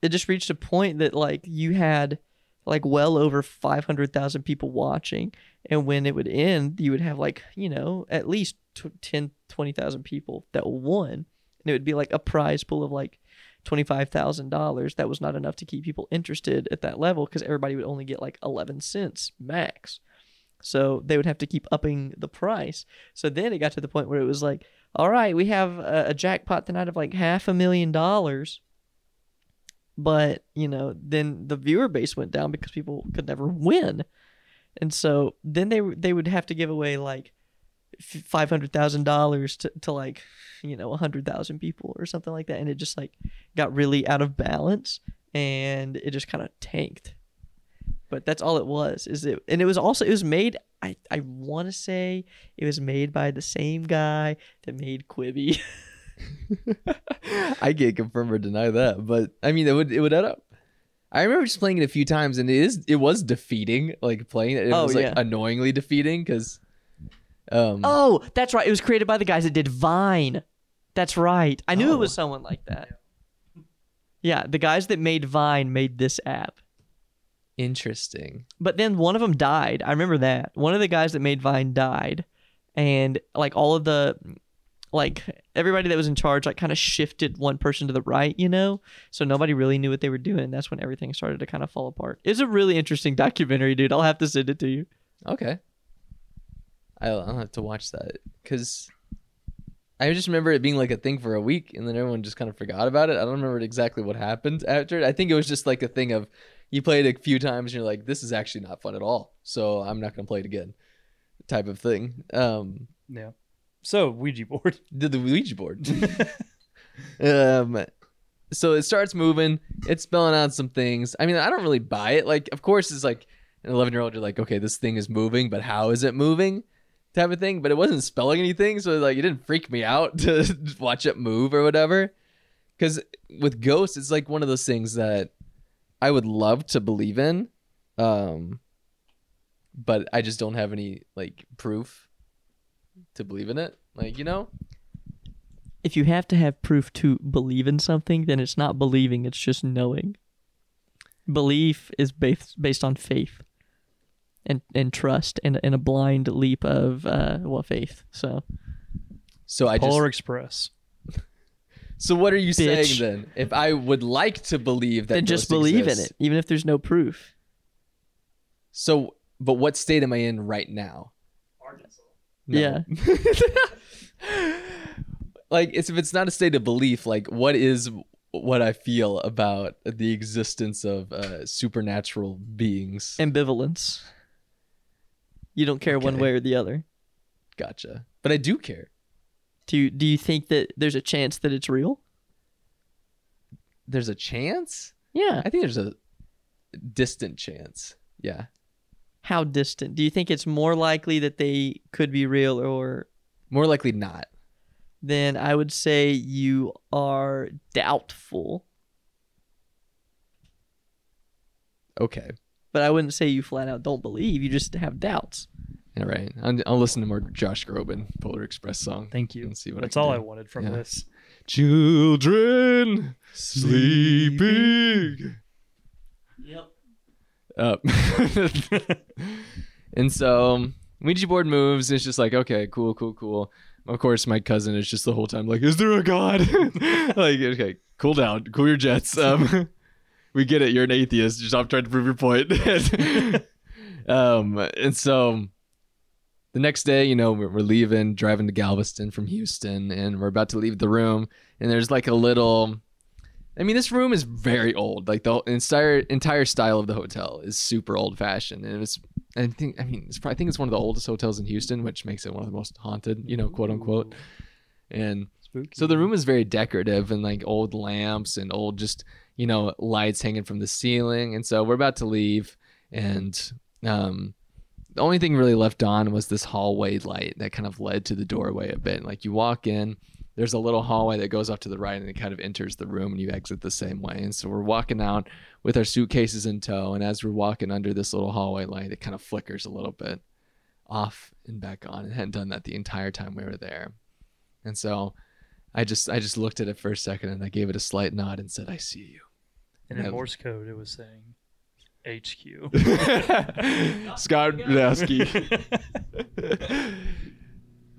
S1: it just reached a point that like you had like well over 500,000 people watching. And when it would end, you would have like, you know, at least t- 10, 20,000 people that won. And it would be like a prize pool of like $25,000. That was not enough to keep people interested at that level because everybody would only get like 11 cents max. So they would have to keep upping the price. So then it got to the point where it was like, all right, we have a, a jackpot tonight of like half a million dollars. But, you know, then the viewer base went down because people could never win. And so then they w- they would have to give away like f- $500,000 to, to like, you know, 100,000 people or something like that. And it just like got really out of balance and it just kind of tanked. But that's all it was. Is it? And it was also it was made. I I want to say it was made by the same guy that made Quibi.
S3: [LAUGHS]
S1: [LAUGHS]
S3: I can't confirm or deny that, but I mean, it would it would add up. I remember just playing it a few times, and it is it was defeating. Like playing it, it
S1: Oh,
S3: was like
S1: yeah.
S3: annoyingly defeating because, um,
S1: oh, that's right. It was created by the guys that did Vine. That's right. I knew it was someone like that. Oh. Yeah, the guys that made Vine made this app.
S3: interesting.
S1: But then one of them died. I remember that. One of the guys that made Vine died, and like all of the, like everybody that was in charge, like kind of shifted one person to the right, you know. So nobody really knew what they were doing. That's when everything started to kind of fall apart. It's a really interesting [LAUGHS] documentary, dude. I'll have to send it to you.
S3: Okay, I'll, I'll have to watch that because I just remember it being like a thing for a week, and then everyone just kind of forgot about it. I don't remember exactly what happened after it. I think it was just like a thing of you played a few times, and you're like, this is actually not fun at all, so I'm not gonna play it again, type of thing. Um,
S2: Yeah. So Ouija board.
S3: did the Ouija board. um, so it starts moving. It's spelling out some things. I mean, I don't really buy it. Like, of course, it's like an eleven-year-old. You're like, okay, this thing is moving, but how is it moving? Type of thing. But it wasn't spelling anything, so like, it didn't freak me out [LAUGHS] to just watch it move or whatever. Because with ghosts, it's like one of those things that I would love to believe in, um, but I just don't have any like proof to believe in it. Like, you know.
S1: If you have to have proof to believe in something, then it's not believing; it's just knowing. Belief is based based on faith, and and trust, and and a blind leap of uh, well, faith. So.
S3: So I
S2: Polar Express.
S3: just. So what are you
S1: Bitch.
S3: saying then? If I would like to believe that,
S1: then just
S3: ghosts
S1: believe
S3: exist-
S1: in it, even if there's no proof.
S3: So, but what state am I in right now?
S8: Arkansas.
S1: Yeah.
S3: [LAUGHS] like, it's if it's not a state of belief, like what is what I feel about the existence of uh, supernatural beings?
S1: Ambivalence. You don't care one
S3: Okay.
S1: way or the other.
S3: Gotcha. But I do care.
S1: Do you, do you think that there's a chance that it's real?
S3: There's a chance.
S1: Yeah.
S3: I think there's a distant chance. Yeah.
S1: How distant? Do you think it's more likely that they could be real or
S3: More likely not.
S1: then I would say you are doubtful,
S3: Okay.
S1: but I wouldn't say you flat out don't believe. You just have doubts.
S3: All right. I'll, I'll listen to more Josh Groban Polar Express song.
S2: Thank you.
S3: And see what I
S2: That's
S3: can
S2: all
S3: do.
S2: I wanted from
S3: Yeah.
S2: this.
S3: Children sleeping.
S8: Yep.
S3: Up. [LAUGHS] and so um, Ouija board moves. And it's just like, okay, cool, cool, cool. Of course, my cousin is just the whole time like, is there a God? [LAUGHS] like, okay, cool down, cool your jets. Um, [LAUGHS] we get it. You're an atheist. Just stop trying to prove your point. [LAUGHS] um, and so the next day, you know, we're, we're leaving, driving to Galveston from Houston, and we're about to leave the room. And there's like a little. I mean, this room is very old. Like the whole- entire entire style of the hotel is super old fashioned, and it's. I think. I mean, it's probably, I think it's one of the oldest hotels in Houston, which makes it one of the most haunted, you know, quote unquote. And
S2: Spooky.
S3: so the room is very decorative and like old lamps and old just, you know, lights hanging from the ceiling. And so we're about to leave and um the only thing really left on was this hallway light that kind of led to the doorway a bit. Like you walk in, there's a little hallway that goes off to the right and it kind of enters the room and you exit the same way. And so we're walking out with our suitcases in tow and as we're walking under this little hallway light, it kind of flickers a little bit off and back on. It hadn't done that the entire time we were there. And so I just I just looked at it for a second and I gave it a slight nod and said, I see you.
S2: and in Morse code, it was saying, HQ.
S9: Scott Radowski.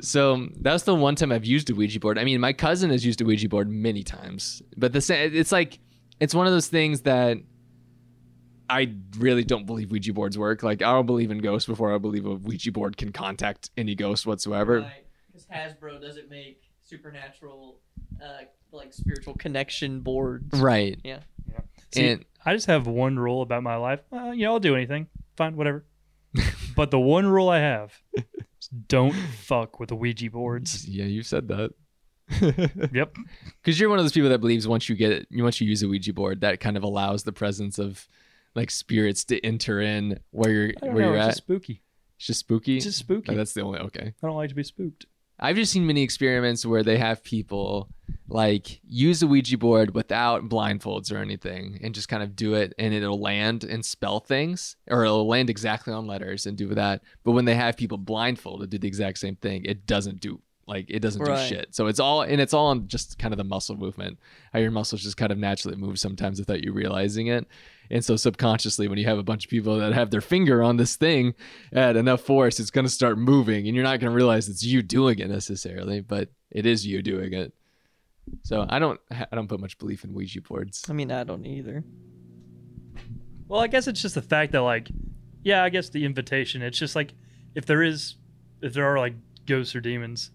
S3: So that's the one time I've used a Ouija board. I mean, my cousin has used a Ouija board many times, but the sa- it's like it's one of those things that I really don't believe Ouija boards work. Like I don't believe in ghosts before I believe a Ouija board can contact any ghost whatsoever.
S1: Because Hasbro doesn't make supernatural, uh, like spiritual connection boards.
S3: Right.
S2: See,
S3: and
S2: [LAUGHS] I just have one rule about my life. Uh, you know, I'll do anything. Fine,
S3: [LAUGHS]
S2: whatever. but the one rule I have is don't fuck with the Ouija boards.
S3: yeah, you said that. [LAUGHS]
S2: Yep.
S3: Because you're one of those people that believes once you get it, once you use a Ouija board, that kind of allows the presence of like spirits to enter in where you're
S2: I don't
S3: where
S2: know,
S3: you're
S2: it's
S3: at.
S2: just spooky.
S3: it's just spooky.
S2: It's just spooky.
S3: Oh, that's the only okay.
S2: I don't like to be spooked.
S3: I've just seen many experiments where they have people like use a Ouija board without blindfolds or anything and just kind of do it and it'll land and spell things or it'll land exactly on letters and do that. But when they have people blindfolded do the exact same thing, it doesn't do like it doesn't
S1: Right.
S3: do shit. So it's all and it's all on just kind of the muscle movement. How your muscles just kind of naturally move sometimes without you realizing it. And so subconsciously when you have a bunch of people that have their finger on this thing at enough force, it's going to start moving, and you're not going to realize it's you doing it necessarily, but it is you doing it. So I don't, I don't put much belief in Ouija boards.
S1: I mean, I don't either.
S2: Well, I guess it's just the fact that, like, yeah, I guess the invitation. It's just like if there is, if there are like ghosts or demons,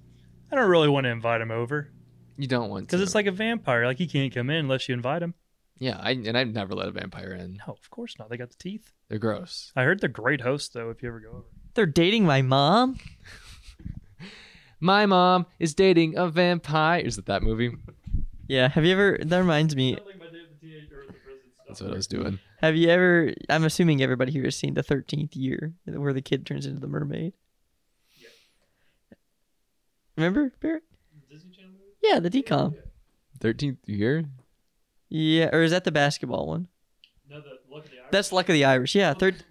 S2: I don't really want to invite them over
S3: You don't want
S2: because
S3: to.
S2: it's like a vampire. Like he can't come in unless you invite him.
S3: yeah, I, and I've never let a vampire in.
S2: No, of course not. They got the teeth.
S3: They're gross.
S2: I heard they're great hosts though. If you ever go over.
S1: They're dating my mom.
S3: My mom is dating a vampire. Is it that movie?
S1: Yeah. Have you ever? That reminds me.
S3: That's what I was doing.
S1: Have you ever? I'm assuming everybody here has seen the Thirteenth Year, where the kid turns into the mermaid. Remember, Barrett? Yeah, the decom.
S3: Thirteenth year.
S1: Yeah, or is that the basketball one? That's Luck of the Irish. Yeah, third,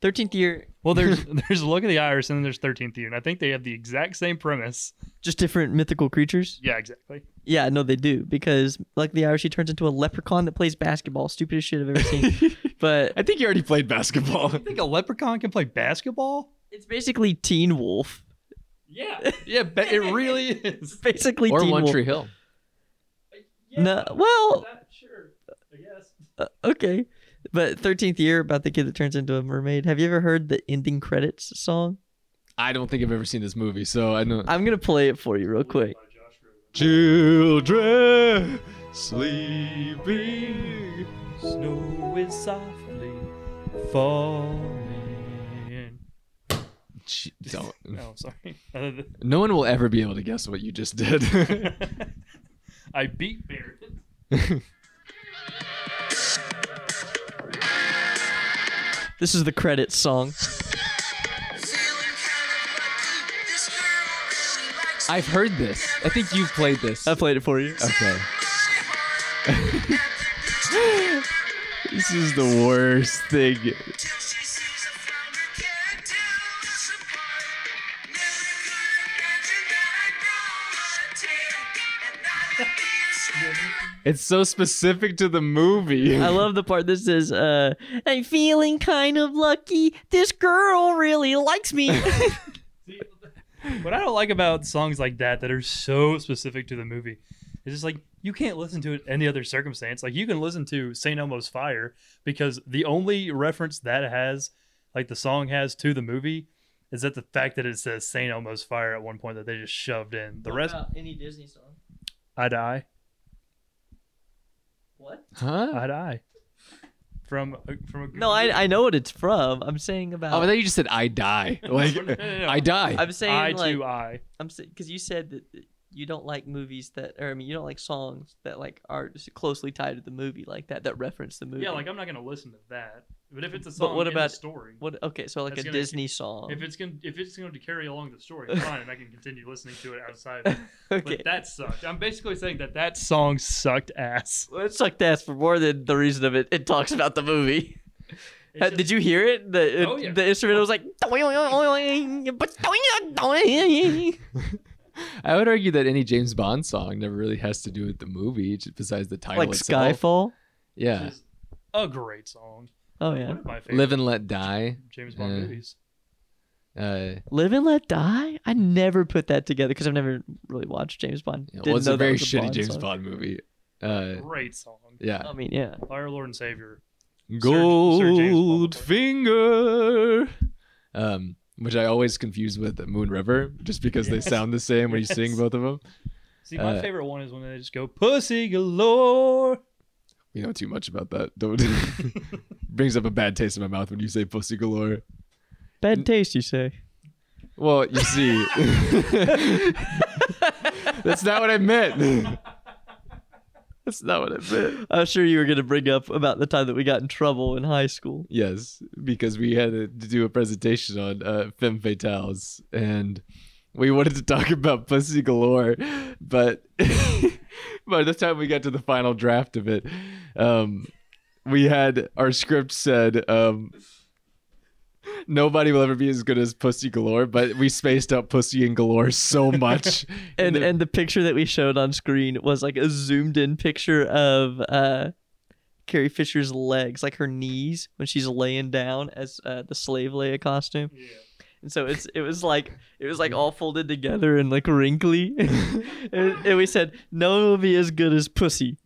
S1: thirteenth year,
S2: Well, there's there's Look of the Iris and then there's Thirteenth Year, and I think they have the exact same premise.
S1: just different mythical creatures.
S2: Yeah, exactly.
S1: Yeah, no, they do because Luck of the Irish, he turns into a leprechaun that plays basketball. Stupidest shit I've ever
S3: [LAUGHS]
S1: seen. but
S9: [LAUGHS] I think you already played basketball.
S2: You think a leprechaun can play basketball?
S1: it's basically Teen Wolf.
S10: Yeah.
S9: yeah, but it really is.
S1: Basically,
S3: Or
S1: Teen
S3: One
S1: Wolf.
S3: Tree Hill.
S1: No, well,
S10: That, sure. I guess.
S1: uh, okay. But thirteenth year about the kid that turns into a mermaid. Have you ever heard the ending credits song?
S3: I don't think I've ever seen this movie, so I know.
S1: I'm gonna play it for you real quick.
S9: Children sleeping.
S2: Snow is softly falling.
S3: Gee, Don't.
S2: Oh, sorry. [LAUGHS]
S3: No one will ever be able to guess what you just did.
S2: I beat Barrett.
S1: This is the credits song.
S3: I've heard this. I think you've played this.
S1: I played it for
S2: [LAUGHS]
S1: you.
S3: Okay. [LAUGHS] this is the worst thing. It's so specific to the movie.
S1: I love the part that says, uh, I'm feeling kind of lucky. This girl really likes me. [LAUGHS]
S2: What I don't like about songs like that that are so specific to the movie is just like you can't listen to it any other circumstance. Like you can listen to St. Elmo's Fire because the only reference that has, like the song has to the movie, is that the fact that it says St. Elmo's Fire at one point that they just shoved in. [LAUGHS] The rest,
S1: any Disney song.
S2: I'd I,
S1: What?
S3: Huh?
S2: I'd I, from from a
S1: No, I, I know what it's from. I'm saying about.
S3: Oh, I thought you just said I die. Like
S2: No, no, no, no.
S3: I die.
S1: I'm saying
S2: I uh,
S1: like
S2: to I.
S1: I'm because you said that you don't like movies that, or I mean, you don't like songs that like are just closely tied to the movie like that that reference the movie.
S2: Yeah, like I'm not gonna listen to that. But if it's a
S1: But
S2: song,
S1: what
S2: in the
S1: about-
S2: story?
S1: what? Okay, so like
S2: That's
S1: a
S2: gonna-
S1: Disney song.
S2: If it's gonna if it's going to carry along the story, fine, and I can continue listening to it outside.
S1: [LAUGHS] [LAUGHS] okay,
S2: But that sucked. I'm basically saying that that song sucked ass.
S1: well, it sucked ass for more than the reason of it. It talks about the movie. [LAUGHS]
S2: It's
S1: Uh,
S2: just-
S1: did you hear it? The it-
S2: Oh, yeah.
S1: the instrument was like.
S3: I would argue that any James Bond song never really has to do with the movie, just besides the
S1: [LAUGHS]
S3: title
S1: like
S3: itself.
S1: Skyfall.
S3: Yeah.
S2: just a great song.
S1: Oh yeah.
S2: One of my favorite
S3: Live and Let Die.
S2: James Bond
S3: Yeah.
S2: movies.
S3: Uh,
S1: Live and Let Die? I never put that together because I've never really watched James Bond.
S3: yeah,
S1: Didn't
S3: well, it's
S1: know
S3: a
S1: that
S3: very
S1: was
S3: shitty
S1: Bond
S3: James
S1: song.
S3: Bond movie. Uh,
S2: Great song.
S3: yeah.
S1: I mean, yeah.
S2: Fire Lord and Savior. Sir James Bond.
S3: Goldfinger, um, which I always confuse with Moon River, just because they
S2: Yes.
S3: sound the same when you sing
S2: Yes.
S3: both of them.
S2: See, my
S3: Uh,
S2: favorite one is when they just go pussy galore.
S3: We know too much about that. Don't [LAUGHS] brings up a bad taste in my mouth when you say pussy galore.
S1: Bad
S3: Mm.
S1: taste, you say.
S3: Well, you see, [LAUGHS] that's not what I meant. [LAUGHS] that's not what I meant.
S1: I was sure you were going to bring up about the time that we got in trouble in high school.
S3: Yes, because we had to do a presentation on uh, femme fatales, and we wanted to talk [LAUGHS] about pussy galore, but [LAUGHS] by the time we got to the final draft of it, um, we had our script said um, nobody will ever be as good as pussy galore, but we spaced out pussy and galore so much,
S1: And
S3: the-
S1: and the picture that we showed on screen was like a zoomed in picture of uh, Carrie Fisher's legs, like her knees when she's laying down as uh, the slave Leia costume.
S2: Yeah.
S1: And so it's it was like it was like all folded together and like wrinkly. [LAUGHS] and, and we said, "No one will be as good as pussy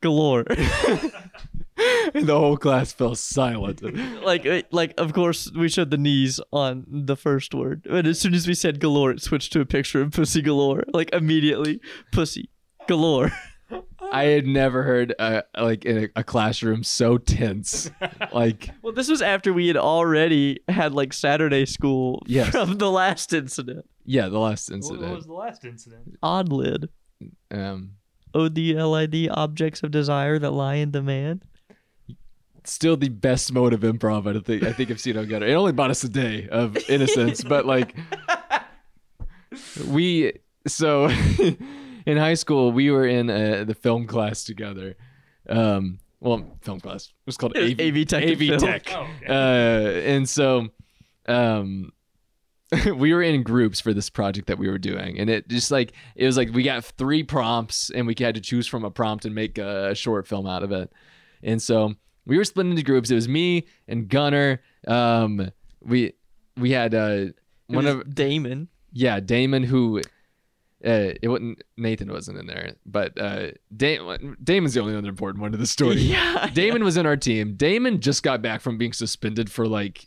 S1: galore." [LAUGHS]
S3: and the whole class fell silent.
S1: like it- like of course we showed the knees on the first word but as soon as we said galore it switched to a picture of pussy galore like immediately pussy galore [LAUGHS]
S3: I had never heard uh like in a, a classroom so tense, like.
S1: well this was after we had already had like saturday school
S3: Yes.
S1: from the last incident
S3: Yeah, the last
S2: What, what was
S3: incident.
S2: the last incident?
S1: odlid
S3: Um,
S1: odlid objects of desire that lie in demand
S3: still the best mode of improv I think I think I've seen on Gutter. It only bought us a day of innocence, but like we so [LAUGHS] in high school we were in uh, the film class together. Um, well, film class it was called
S1: It was
S3: AV,
S1: AV Tech and film.
S3: Tech.
S2: Oh, okay.
S3: Uh, and so, um, [LAUGHS] we were in groups for this project that we were doing, and it just like it was like we got three prompts, and we had to choose from a prompt and make a short film out of it. And so we were split into groups. It was me and Gunner. Um, we we had uh,
S1: It
S3: one
S1: was
S3: of
S1: damon
S3: yeah, Damon who uh, it wasn't Nathan wasn't in there, but uh, da- Damon's the only other important one to the
S1: [LAUGHS]
S3: story. [LAUGHS]
S1: yeah
S3: Damon was in our team. Damon just got back from being suspended for like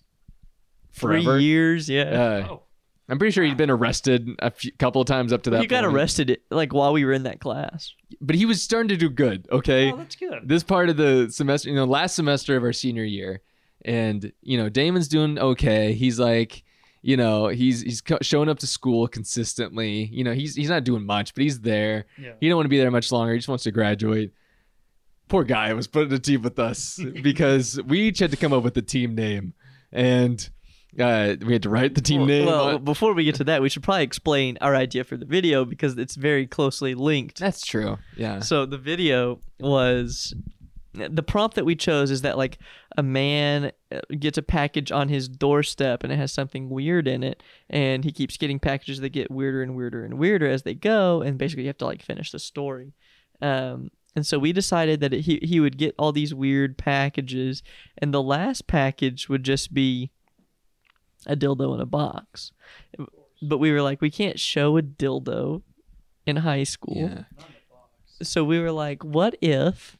S1: three
S3: forever.
S1: years yeah
S3: Uh,
S2: oh,
S3: I'm pretty sure he'd been arrested a few, couple of times up to that.
S1: he got
S3: point.
S1: arrested like while we were in that class
S3: but he was starting to do good. Okay,
S2: oh, that's good.
S3: this part of the semester, you know, last semester of our senior year, and you know, Damon's doing okay. He's like, you know, he's he's co- showing up to school consistently. You know, he's he's not doing much, but he's there.
S2: Yeah.
S3: He don't want to be there much longer. He just wants to graduate. Poor guy was put in a team
S1: [LAUGHS]
S3: with us because we each had to come up with a team name, and uh, we had to write the team
S1: Well-
S3: name.
S1: Well,
S3: on-
S1: before we get to that, we should probably explain our idea for the video because it's very closely linked.
S3: That's true. Yeah.
S1: So the video was the prompt that we chose is that like a man uh, gets a package on his doorstep and it has something weird in it and he keeps getting packages that get weirder and weirder and weirder as they go and basically you have to like finish the story um, and so we decided that he, he would get all these weird packages and the last package would just be a dildo in a box but we were like we can't show a dildo in high school
S3: Yeah.
S1: so we were like, what if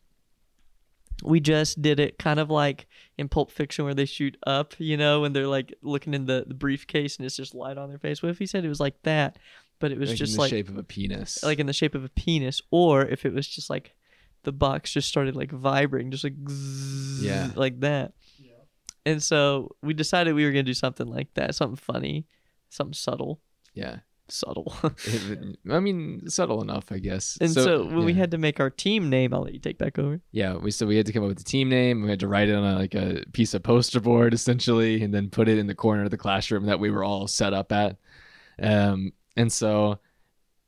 S1: we just did it kind of like in Pulp Fiction where they shoot up, you know, and they're like looking in the, the briefcase and it's just light on their face. What if he said it was like that, but it was
S3: Like
S1: just
S3: in the
S1: like
S3: shape of a penis.
S1: like in the shape of a penis, or if it was just like the box just started like vibrating, just like zzz,
S3: Yeah.
S1: like that. And so we decided we were gonna do something like that, something funny, something subtle,
S3: yeah.
S1: subtle. [LAUGHS]
S3: It- I mean, subtle enough, I guess.
S1: and so, when we
S3: yeah.
S1: had to make our team name, I'll let you take back over.
S3: yeah, we so we had to come up with the team name. We had to write it on a, like a piece of poster board essentially, and then put it in the corner of the classroom that we were all set up at. Um, and so,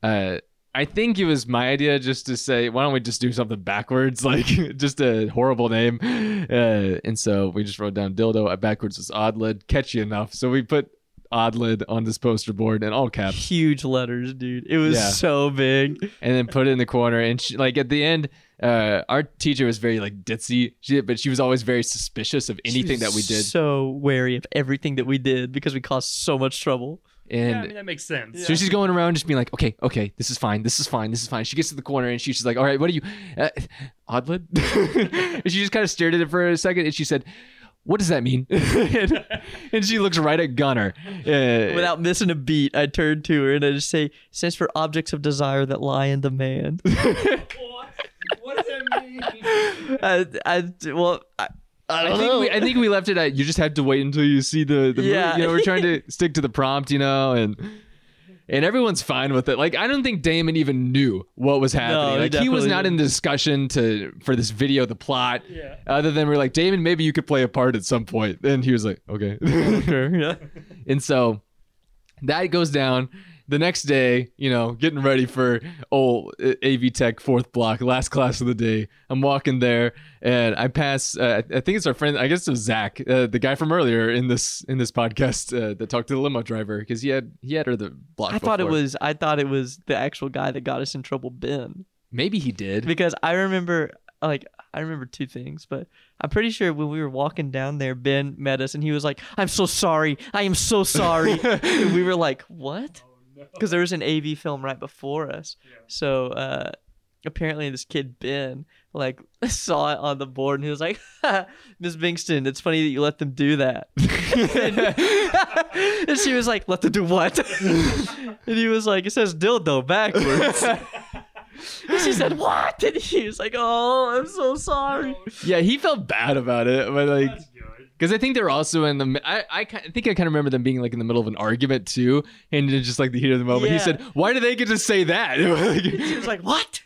S3: uh, I think it was my idea just to say, why don't we just do something backwards, [LAUGHS] like just a horrible name. Uh, and so we just wrote down dildo. Uh, Backwards was odd lid, catchy enough. So we put Odlid on this poster board in all caps.
S1: Huge letters, dude. It was
S3: Yeah.
S1: so big.
S3: and then put it in the corner. And she, like at the end, uh, our teacher was very like ditzy, she, but she was always very suspicious of
S1: She
S3: anything
S1: was
S3: that we did.
S1: So wary of everything that we did because we caused so much trouble.
S3: And
S2: Yeah, I mean, that makes sense.
S3: so she's going around just being like, okay, okay, this is fine, this is fine, this is fine. She gets to the corner and she's just like, all right, what are you, uh, Odlid? [LAUGHS] and she just kind of stared at it for a second and she said. What does that mean? [LAUGHS] and, and she looks right at Gunner. Uh,
S1: Without missing a beat, I turned to her and I just say, "Stands for objects of desire that lie in demand." [LAUGHS]
S11: What? What does that
S2: [LAUGHS]
S11: mean?
S1: I, I, well, I, I
S3: I
S1: don't
S3: think,
S1: know.
S3: we, I think we left it at you just have to wait until you see the, the
S1: Yeah.
S3: movie. You know, we're
S1: [LAUGHS]
S3: trying to stick to the prompt, you know, and and everyone's fine with it. Like I don't think Damon even knew what was happening.
S1: he
S3: like he was
S1: definitely
S3: not in the discussion to for this video, the plot.
S2: Yeah.
S3: Other than we're like, Damon, maybe you could play a part at some point. And he was like, Okay. [LAUGHS]
S1: [LAUGHS] Sure, yeah.
S3: and so that goes down. The next day, you know, getting ready for old uh, AV Tech fourth block, last class of the day. I'm walking there, and I pass. Uh, I I think it's our friend. I guess it was Zach, uh, the guy from earlier in this in this podcast uh, that talked to the limo driver because he had he had her the block.
S1: I thought it
S3: before.
S1: was I thought it was the actual guy that got us in trouble, Ben.
S3: maybe
S1: [LAUGHS]
S3: he did. [LAUGHS]
S1: Because I remember like I remember two things, but I'm pretty sure when we were walking down there, Ben met us and he was like, "I'm so sorry. I am so
S3: [LAUGHS]
S1: sorry." And we were like, "What?"
S2: Oh,
S1: Because there was an AV film right before us. So uh, apparently, this kid Ben like [LAUGHS] saw it on the board and he was like, [LAUGHS] "Miss Bingston, it's funny that you let them do that." [LAUGHS] and, she was like, "Let them do what?" and he was like, "It says dildo
S3: [LAUGHS]
S1: backwards." And she said, "What?" And he was like, "Oh, I'm so sorry."
S3: Yeah, he felt bad about it, but like.
S2: That's good.
S3: Because I think they're also in the. I, I, ki- I think I kind of remember them being like in the middle of an argument too, and it's just like the heat of the moment. He
S1: Yeah.
S3: said, "Why do they get to say that?" [LAUGHS]
S1: She was like, "What?"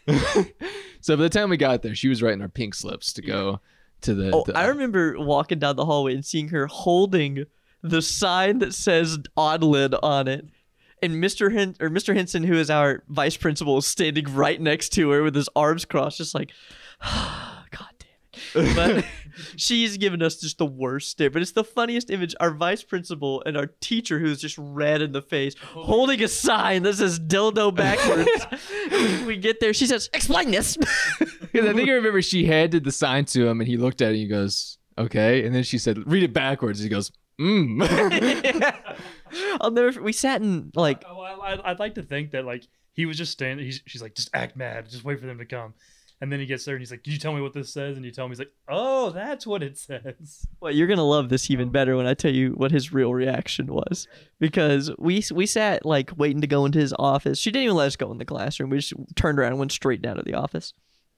S3: so by the time we got there, she was writing our pink slips to go to the.
S1: Oh,
S3: the- [LAUGHS]
S1: I remember walking down the hallway and seeing her holding the sign that says Odlid on it. And Mr. Hen- or Mr. Henson, who is our vice principal, is standing right next to her with his arms crossed, just like, [SIGHS] God damn it. But [LAUGHS] she's given us just the worst stare. But it's the funniest image. Our vice principal and our teacher, who's just red in the face, holding a sign that says dildo backwards. we get there. She says, Explain this. [LAUGHS]
S3: 'Cause I think I remember she handed the sign to him, and he looked at it, and he goes, "Okay," and then she said, "Read it backwards." He goes,
S1: [LAUGHS]
S3: "Mmm."
S1: I'll never. We sat in like
S2: Oh, I, I- I'd like to think that like he was just standing. He's, she's like, just act mad. Just wait for them to come. And then he gets there and he's like, "Can you tell me what this says?" And you tell him, he's like, "Oh, that's what it says."
S1: Well, you're gonna love this even better when I tell you what his real reaction was, because we we sat like waiting to go into his office. She didn't even let us go in the classroom. We just turned around and went straight down to the office.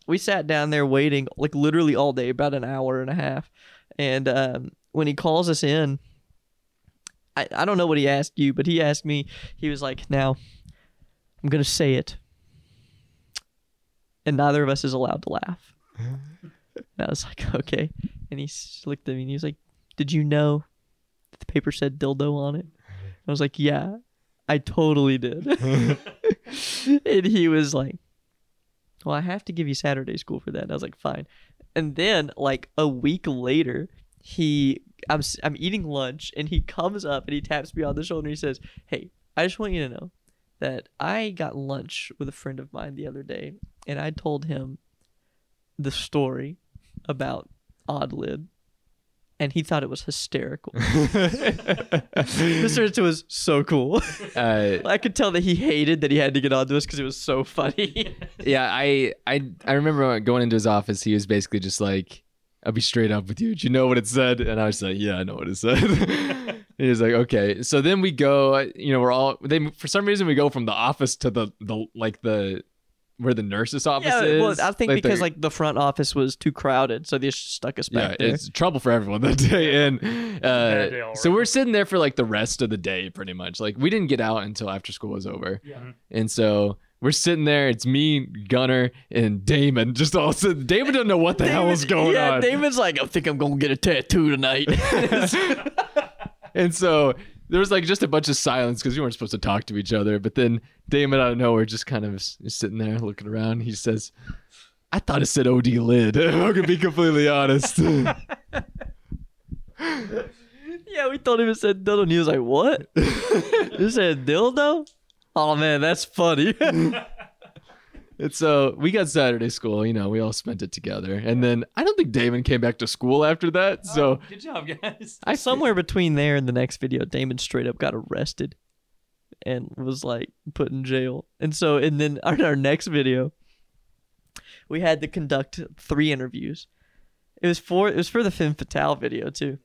S1: We sat down there waiting like literally all day, about an hour and a half. And um, when he calls us in, I, I don't know what he asked you, but he asked me. He was like, "Now, I'm gonna say it," and neither of us is allowed to laugh. And I was like, [LAUGHS] okay. And he s- looked at me and he was like, Did you know that the paper said dildo on it? I was like, Yeah, I totally did. [LAUGHS] and he was like, Well, I have to give you Saturday school for that. And I was like, Fine. And then, like, a week later, he, I'm, s- I'm eating lunch and he comes up and he taps me on the shoulder and he says, Hey, I just want you to know that I got lunch with a friend of mine the other day and I told him the story about Odlid, and he thought it was
S3: [LAUGHS]
S1: hysterical. Mr. Henson was so cool.
S3: [LAUGHS]
S1: [LAUGHS]
S3: uh,
S1: I could tell that he hated that he had to get onto us because it was so
S3: [LAUGHS]
S1: funny.
S3: yeah, I, I, I remember going into his office. He was basically just like, "I'll be straight up with you. Do you know what it said?" And I was like, "Yeah, I know what it said." [LAUGHS] And he was like, "Okay." So then we go. You know, we're all they for some reason we go from the office to the the like the where the nurse's
S1: [LAUGHS]
S3: office
S1: yeah,
S3: is.
S1: well, I think
S3: Like,
S1: because
S3: the-
S1: like the front office was too crowded, so they just stuck us
S3: yeah,
S1: back there.
S3: it's trouble for everyone that day. And uh,
S2: Bad day all
S3: so
S2: around.
S3: we're sitting there for like the rest of the day, pretty much. Like we didn't get out until after school was over.
S11: Yeah.
S2: Mm-hmm.
S3: And so we're sitting there. It's me, Gunner, and Damon. Just all sitting. Damon doesn't know what the hell is
S1: Damon-
S3: going
S1: yeah,
S3: on.
S1: Damon's like, I think I'm gonna get a tattoo
S3: [LAUGHS]
S1: tonight. [LAUGHS]
S3: And so there was like just a bunch of silence because we weren't supposed to talk to each other. But then Damon out of nowhere just kind of is is sitting there looking around. He says, I thought it said OD
S1: [LAUGHS]
S3: [LAUGHS] lid. I'm going to be completely honest.
S1: Yeah, we thought it said dildo, and he was like, "What? you said dildo? Oh man, that's
S3: [LAUGHS]
S1: funny."
S3: And so we got Saturday school, you know, we all spent it together. And then I don't think Damon came back to school after that. So
S2: [LAUGHS] Good job, guys.
S3: I
S1: Somewhere between there and the next video, Damon straight up got arrested and was like put in jail. And so, and then [LAUGHS] on our next video, we had to conduct three interviews. It was for it was for the Femme Fatale video too.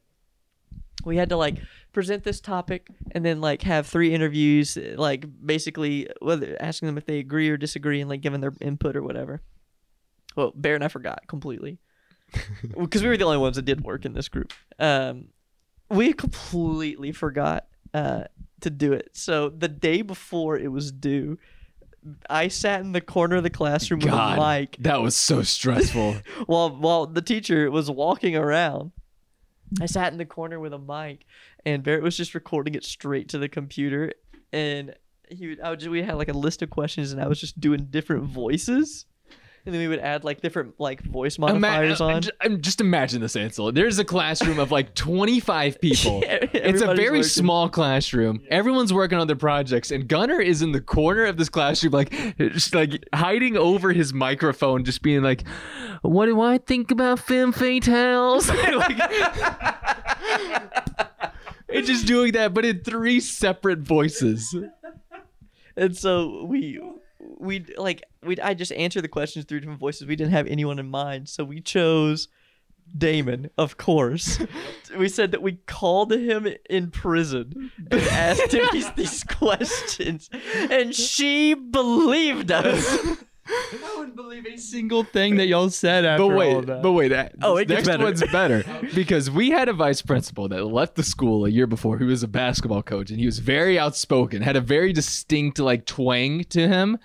S1: We had to like present this topic and then like have three interviews, like basically whether asking them if they agree or disagree and like giving their input or whatever. Well, Bear and I forgot completely because we were the only ones that did work in this group. Um, we completely forgot uh, to do it. So the day before it was due, I sat in the corner of the classroom with
S3: God,
S1: a mic
S3: that was so stressful.
S1: while while the teacher was walking around. I sat in the corner with a mic, and Barrett was just recording it straight to the computer, and he would, I would just, we had like a list of questions, and I was just doing different voices, and then we would add like different like voice
S3: Ima-
S1: modifiers
S3: I'm
S1: on.
S3: ju- I'm just imagine this, Ansel. There's a classroom of
S1: [LAUGHS]
S3: like 25 people.
S1: [LAUGHS] Yeah,
S3: it's a
S1: everybody's
S3: very
S1: working.
S3: small classroom. Everyone's working on their projects, and Gunner is in the corner of this classroom, like just like hiding over his microphone, just being like, "What do I think about femme fatales?" [LAUGHS] Like- [LAUGHS] and just doing that, but in three separate voices.
S1: and so we we like we I just answered the questions through different voices. We didn't have anyone in mind, so we chose Damon, of
S3: [LAUGHS]
S1: course. we said that we called him in prison and asked him these, these questions, and she believed us.
S2: [LAUGHS] I wouldn't believe a single thing that y'all said after
S3: But
S2: [LAUGHS] all
S3: wait,
S2: that.
S3: but wait. That,
S1: Oh,
S3: this
S1: it gets
S3: next
S1: better. [LAUGHS]
S3: one's better because we had a vice principal that left the school a year before. He was a basketball coach, and he was very outspoken, had a very distinct like twang to him,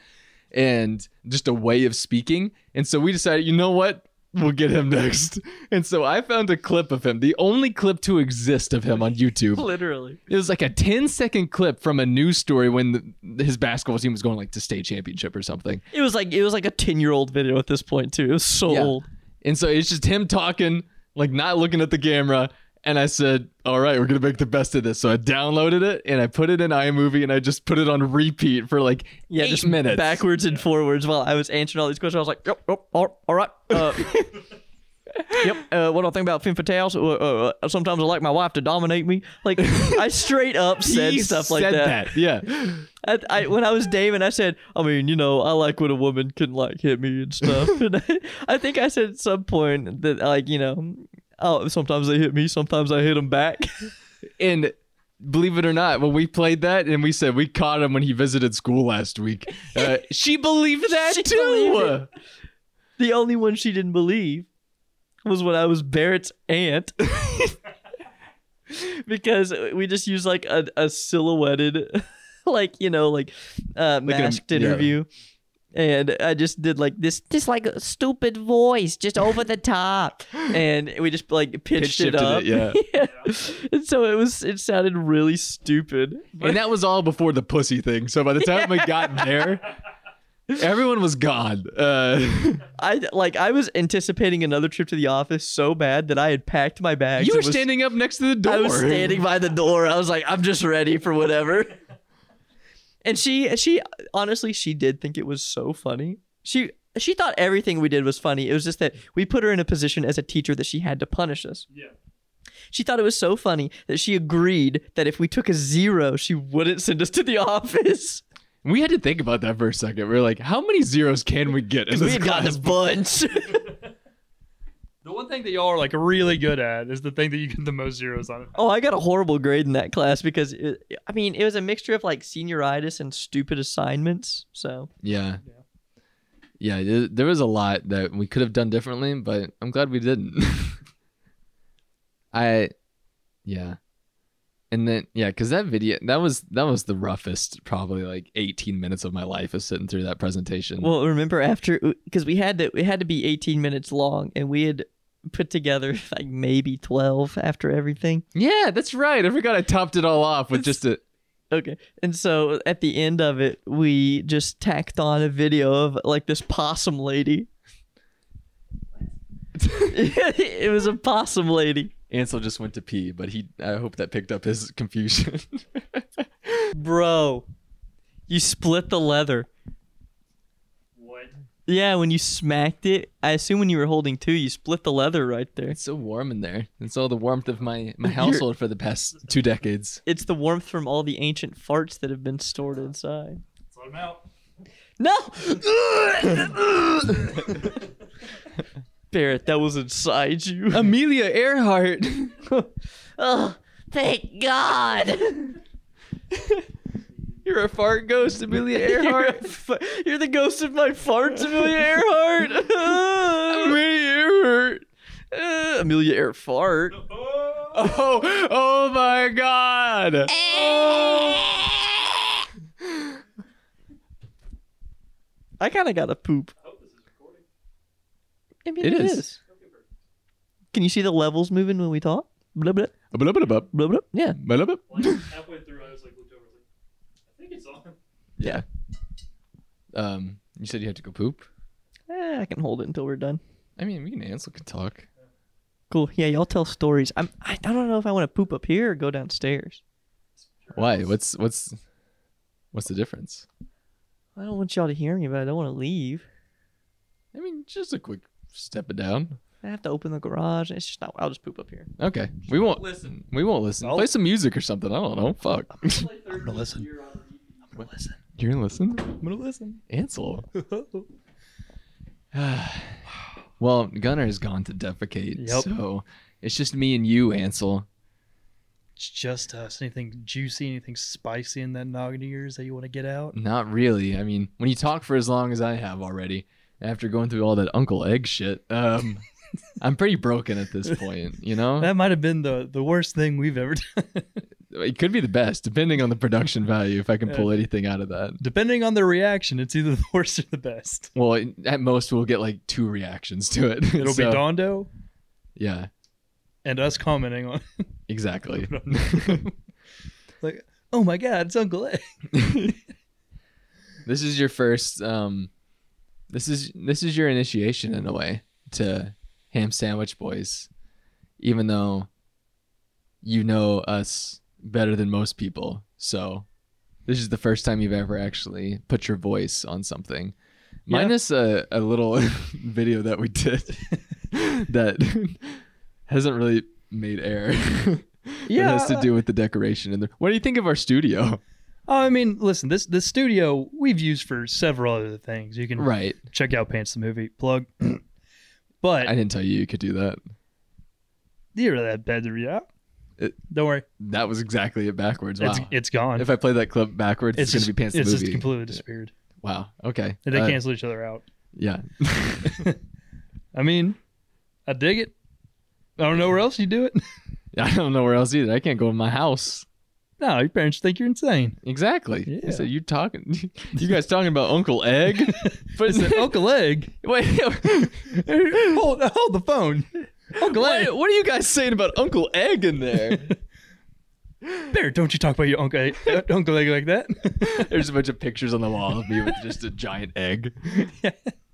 S3: and just a way of speaking. And so we decided, you know what? We'll get him next. [LAUGHS] And so I found a clip of him, the only clip to exist of him on YouTube.
S1: Literally,
S3: It was like a 10 second clip from a news story when the, his basketball team was going like to state championship or something.
S1: it was like it was like a ten year old video at this point too. It was so
S3: Yeah.
S1: old.
S3: And so it's just him talking, like not looking at the camera. And I said, all right, we're going to make the best of this. So I downloaded it and I put it in iMovie and I just put it on repeat for like
S1: Yeah,
S3: eight
S1: just
S3: minutes.
S1: backwards and forwards while I was answering all these questions. I was like, yep, yep, all, all right. Uh,
S3: [LAUGHS]
S1: yep. Uh, what do I think about femme fatales? Uh, uh, uh, sometimes I like my wife to dominate me. Like, I straight up
S3: [LAUGHS]
S1: said
S3: He
S1: stuff like
S3: said
S1: that.
S3: Yeah.
S1: I, I, when I was Damon, I said, I mean, you know, I like when a woman can, like, hit me and stuff. [LAUGHS] and I, I think I said at some point that, like, you know, oh, sometimes they hit me, sometimes I hit them back.
S3: And believe it or not, when we played that and we said we caught him when he visited school last week,
S1: [LAUGHS]
S3: uh, she believed that
S1: She
S3: too.
S1: believed the only one she didn't believe was when I was Barrett's
S3: [LAUGHS]
S1: aunt. because we just used like a, a silhouetted, [LAUGHS] like, you know, like uh,
S3: Like an-
S1: masked
S3: yeah.
S1: interview. And I just did like this, this like stupid voice, just over the top. And we just like pitched,
S3: Pitch
S1: it
S3: shifted
S1: up.
S3: it, yeah.
S1: [LAUGHS] yeah. And so it was, it sounded really stupid.
S3: And that was all before the pussy thing. So by the time we
S1: [LAUGHS]
S3: got there, everyone was gone. Uh,
S1: I like, I was anticipating another trip to the office so bad that I had packed my bags.
S3: You were
S1: and was
S3: standing up next to the door.
S1: I was standing by the door. I was like, I'm just ready for whatever. And she she honestly she did think it was so funny. She she thought everything we did was funny. It was just that we put her in a position as a teacher that she had to punish us.
S2: Yeah.
S1: She thought it was so funny that she agreed that if we took a zero, she wouldn't send us to the [LAUGHS] office.
S3: We had to think about that for a second. We were like, how many zeros can we get in
S1: We
S3: this
S1: had gotten
S3: class?
S1: a bunch. [LAUGHS]
S2: The one thing that y'all are like really good at is the thing that you get the most zeros on.
S1: oh, I got a horrible grade in that class because it, I mean it was a mixture of like senioritis and stupid assignments. So
S3: Yeah. Yeah, th- there was a lot that we could have done differently, but I'm glad we didn't. [LAUGHS] I, yeah, and then yeah, because that video that was that was the roughest probably like 18 minutes of my life is sitting through that presentation.
S1: Well, remember after because we had to it had to be 18 minutes long, and we had put together [LAUGHS] like maybe 12 after everything.
S3: yeah, that's right. I forgot I topped it all off with just a
S1: Okay, and so at the end of it, we just tacked on a video of like this possum [LAUGHS] lady. it was a possum lady.
S3: [LAUGHS] Ansel just went to pee, but he I hope that picked up his [LAUGHS] confusion.
S1: Bro, you split the leather.
S2: What?
S1: Yeah, when you smacked it, I assume when you were holding two, you split the leather right there.
S3: it's so warm in there. It's all the warmth of my [LAUGHS] my household for the past two [LAUGHS] decades.
S1: It's the warmth from all the ancient farts that have been stored inside.
S2: Let him out.
S1: No!
S3: Oh,
S1: Barrett, that was inside [LAUGHS] you. [LAUGHS]
S3: Amelia Earhart.
S1: oh, thank [LAUGHS] God!
S3: You're a fart ghost, Amelia
S1: [LAUGHS] You're,
S3: Earhart.
S1: a fa- you're the ghost of my farts, Amelia [LAUGHS] Earhart!
S3: Amelia Earhart.
S1: Uh, [LAUGHS] Amelia Earhart.
S3: Oh, oh my God.
S1: I kind of got a poop. I mean,
S3: It
S1: it
S3: is.
S1: is. Can you see the levels moving when we talk? Blah blah
S3: Blub-blub-blub.
S1: blah blah. Yeah.
S3: Blub-blub.
S2: halfway through, I was like, looked over, like, I think it's on.
S3: Yeah. [LAUGHS] Um, you said you had to go poop.
S1: Eh, I can hold it until we're done.
S3: I mean, we can Ansel can talk.
S1: Cool. Yeah, y'all tell stories. I'm. I I don't know if I want to poop up here or go downstairs.
S3: Why? What's what's what's the difference?
S1: I don't want y'all to hear me, but I don't want to leave.
S3: I mean, just a quick step it down.
S1: I have to open the garage. It's just not. I'll just poop up here.
S3: Okay, we won't listen. We won't listen. Play some music or something. I don't know. Fuck. [LAUGHS]
S2: I'm gonna listen.
S3: You're gonna listen. I'm gonna listen. Ansel. Well, Gunnar has gone to defecate,
S2: Yep.
S3: so it's just me and you, Ansel.
S2: it's [LAUGHS] just us. Anything juicy, anything spicy in that noggin of yours that you want to get out?
S3: Not really. I mean, when you talk for as long as I have already, after going through all that Uncle Egg shit,
S2: [LAUGHS]
S3: um, I'm pretty broken at this point. You know,
S2: That might have been the, the worst thing we've ever [LAUGHS] done.
S3: it could be the best, depending on the production value. If I can pull anything out of that.
S2: Depending on the reaction, it's either the [LAUGHS] worst or the best.
S3: Well, at most we'll get like two reactions to it.
S2: It'll
S3: [LAUGHS] So,
S2: be Dondo
S3: Yeah,
S2: and us commenting on
S3: exactly. [LAUGHS]
S2: like, oh my god, it's Uncle Ed.
S3: this is your first. Um, this is this is your initiation in a way to Ham Sandwich Boys, even though you know us better than most people. So this is the first time you've ever actually put your voice on something.
S2: Yeah.
S3: Minus a, a little [LAUGHS] video that we did [LAUGHS] that [LAUGHS] hasn't really made air. [LAUGHS] it has to
S2: Yeah.
S3: do with the decoration. And the, what do you think of our studio?
S2: Oh, [LAUGHS] I mean, listen, this this studio we've used for several other things. You can
S3: Right.
S2: check out Pants the Movie
S3: [CLEARS THROAT]
S2: plug. but
S3: I didn't tell you you could do that.
S2: you're that bad to read out.
S3: It-
S2: Don't worry,
S3: That was exactly it backwards. Wow.
S2: it's it's gone.
S3: if I play that clip backwards, it's,
S2: just
S3: gonna be pants
S2: It's
S3: the
S2: just
S3: movie.
S2: completely disappeared.
S3: wow. Okay.
S2: And they
S3: Uh,
S2: cancel each other out.
S3: Yeah.
S2: I mean, I dig it. I don't know where else you do it. [LAUGHS]
S3: [LAUGHS] I don't know where else either. I can't go to my house.
S2: no, your parents think you're
S3: [LAUGHS]
S2: insane.
S3: Exactly. I
S2: Yeah.
S3: said you talking. [LAUGHS] You guys talking about
S2: [LAUGHS]
S3: Uncle Egg? But
S2: It's an Uncle Egg.
S3: [LAUGHS] wait,
S2: Hold, hold the phone. Uncle Egg.
S3: what, what are you guys saying about Uncle Egg in there?
S2: There, don't you talk about your Uncle Egg, uh, Uncle Egg like that.
S3: [LAUGHS] There's a bunch of pictures on the wall of me with just a giant
S2: [LAUGHS]
S3: egg.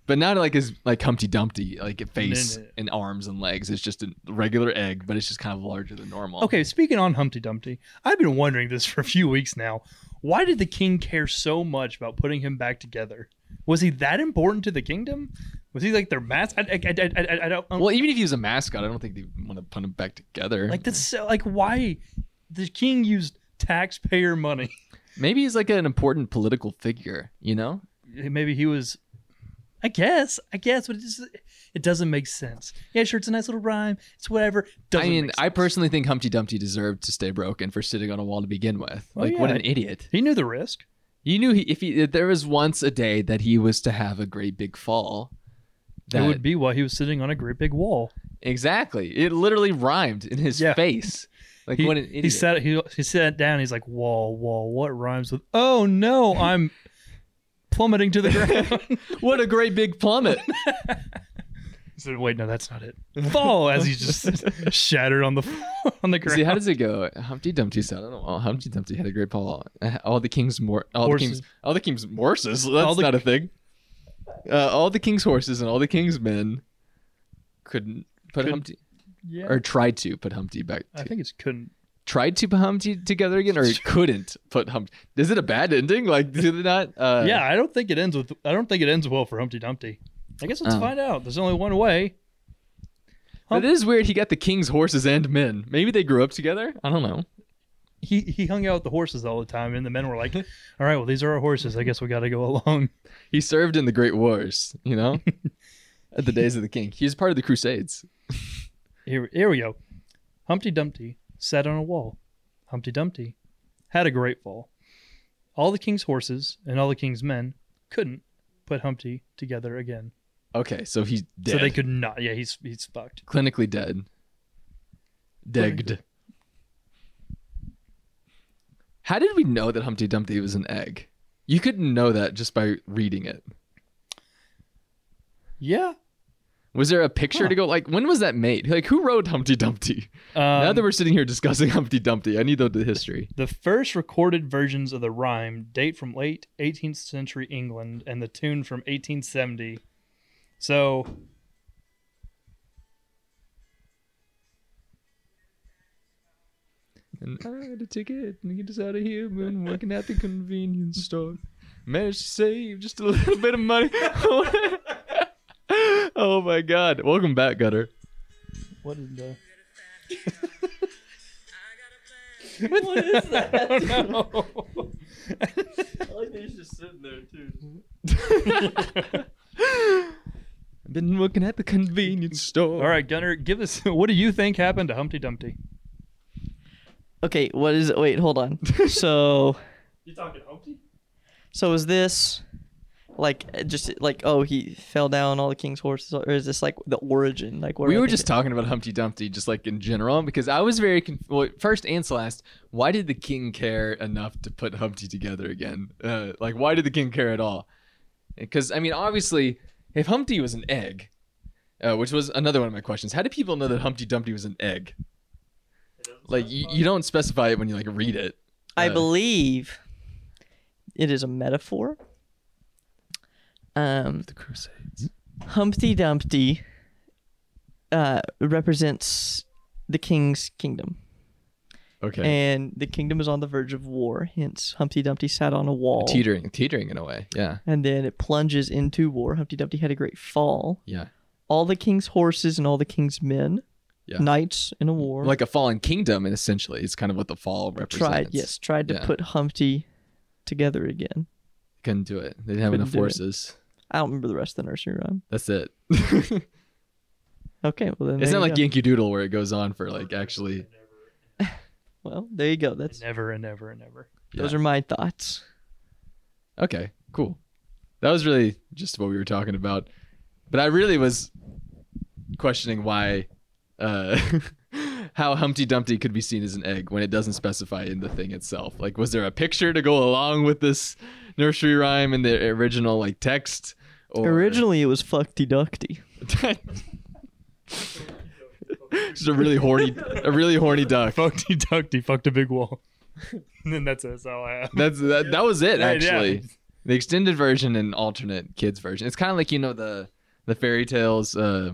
S3: But not like his like Humpty Dumpty like face
S2: No, no.
S3: and arms and legs. It's just a regular egg, but it's just kind of larger than normal.
S2: okay, speaking on Humpty Dumpty, I've been wondering this for a few weeks now. Why did the king care so much about putting him back together? Was he that important to the kingdom? Was he like their mask? I, I, I, I, I- I don't.
S3: Well, even if he was a mascot, I don't think they want to put him back together.
S2: Like that's so, like why the king used taxpayer money.
S3: maybe he's like an important political figure, you know?
S2: Maybe he was. I guess, I guess, but it just it doesn't make sense. Yeah, sure, it's a nice little rhyme. It's whatever. Doesn't
S3: I mean,
S2: make sense.
S3: I personally think Humpty Dumpty deserved to stay broken for sitting on a wall to begin with.
S2: Oh,
S3: like, what
S2: yeah.
S3: an idiot!
S2: he knew the risk.
S3: You knew he, if he if there was once a day that he was to have a great big fall. That
S2: It would be why he was sitting on a great big wall.
S3: exactly. It literally rhymed in his
S2: Yeah.
S3: face. Like
S2: He,
S3: what an idiot!
S2: he sat he, he sat down. He's like, wall, wall. What rhymes with? Oh no, I'm [LAUGHS] plummeting to the ground.
S3: [LAUGHS]
S2: [LAUGHS]
S3: what a great big plummet!
S2: so wait, no, that's
S3: [LAUGHS]
S2: not it. Fall as he's just [LAUGHS] shattered on the on the ground.
S3: See, how does it go? Humpty Dumpty sat on a wall. Humpty Dumpty had a great fall. Uh, All the king's mor- all the
S2: Horses.
S3: king's all the king's horses. That's
S2: All the-
S3: not a thing. Uh, all the king's horses and all the king's men couldn't put
S2: Couldn't-
S3: Humpty
S2: Yeah.
S3: or tried to put Humpty back.
S2: I think it's couldn't.
S3: tried to put Humpty together
S2: [LAUGHS]
S3: again, or couldn't put Humpty. Is it a bad ending? Like, did it not? Uh,
S2: yeah, I don't think it ends with. I don't think it ends well for Humpty Dumpty. I guess let's
S3: Oh.
S2: find out. There's only one way.
S3: But it is weird. He got the king's horses and men. Maybe they grew up together. I don't know.
S2: He he hung out with the horses all the time, and the men were
S3: [LAUGHS]
S2: like, "All right, well these are our horses.
S3: Mm-hmm.
S2: I guess we got to go [LAUGHS] along."
S3: He served in the Great Wars. You know, at the days of the king. He was part of the Crusades.
S2: Here here we go. Humpty Dumpty sat on a wall. Humpty Dumpty had a great fall. All the king's horses and all the king's men couldn't put Humpty together again.
S3: Okay, so he's dead.
S2: So they could not. Yeah, he's he's fucked.
S3: clinically dead. Degged. How did we know that Humpty Dumpty was an egg? You couldn't know that just by reading it.
S2: Yeah.
S3: Was there a picture to go like when was that made? Like who wrote Humpty Dumpty?
S2: Um,
S3: now that we're sitting here discussing [LAUGHS] Humpty Dumpty, I need the, the history.
S2: The first recorded versions of the rhyme date from late 18th century England and the tune from 1870. So
S3: And I had a ticket and get us out of here, been working at the convenience store. Managed to save just a little bit of money. [LAUGHS] oh my god. Welcome back,
S2: [LAUGHS]
S3: Gutter. [LAUGHS]
S2: what is the
S1: What is that?
S2: I
S1: like that he's just sitting there too.
S3: Been working at the convenience store.
S2: All right, Gunnar, give us [LAUGHS] what do you think happened to Humpty Dumpty?
S1: Okay, what is it? Wait, hold [LAUGHS] on. So,
S2: You talking Humpty?
S1: so is this like uh, just like oh he fell down all the king's horses, or is this like the origin? Like what
S3: we
S1: am I
S3: were just
S1: thinking?
S3: talking about Humpty Dumpty, just like in general, because I was very conf- well, first and last. Why did the king care enough to put Humpty together again? Uh, like, why did the king care at all? Because I mean, obviously, if Humpty was an egg, uh, which was another one of my questions, how do people know that Humpty Dumpty was an egg? Like, you, you don't specify it when you like read it.
S1: I
S3: uh,
S1: believe it is a metaphor. Um,
S3: The Crusades.
S1: Humpty Dumpty uh, represents the king's kingdom,
S3: Okay.
S1: and the kingdom is on the verge of war. Hence, Humpty Dumpty sat on a wall,
S3: teetering, teetering in a way. Yeah.
S1: and then it plunges into war. Humpty Dumpty had a great fall.
S3: Yeah.
S1: All the king's horses and all the king's men,
S3: Yeah.
S1: knights in a war,
S3: Like a fallen kingdom, and essentially, it's kind of what the fall represents.
S1: tried yes, tried to
S3: Yeah.
S1: put Humpty together again.
S3: Couldn't do it. They didn't have
S1: Couldn't
S3: enough
S1: do it.
S3: forces.
S1: I don't remember the rest of the nursery rhyme. [LAUGHS]
S3: That's it. it's
S1: Okay, well then there
S3: not
S1: you
S3: like
S1: go.
S3: Yankee Doodle where it goes on for like actually.
S1: well there you go. That's
S2: Never and never and
S1: [LAUGHS]
S2: never.
S1: those are my thoughts.
S3: Okay, cool. That was really just what we were talking about. But I really was questioning why, uh, [LAUGHS] how Humpty Dumpty could be seen as an egg when it doesn't specify in the thing itself. Like, was there a picture to go along with this nursery rhyme in the original like text? Or...
S1: Originally it was Fuckty Duckty.
S3: [LAUGHS] just a really horny, a really horny duck.
S2: Humpty Dumpty fucked a big wall. [LAUGHS] and then that's that's all I have.
S3: That's that, that was it
S2: Yeah, yeah.
S3: actually. The extended version and alternate kids version. It's kind of like you know the the fairy tales uh,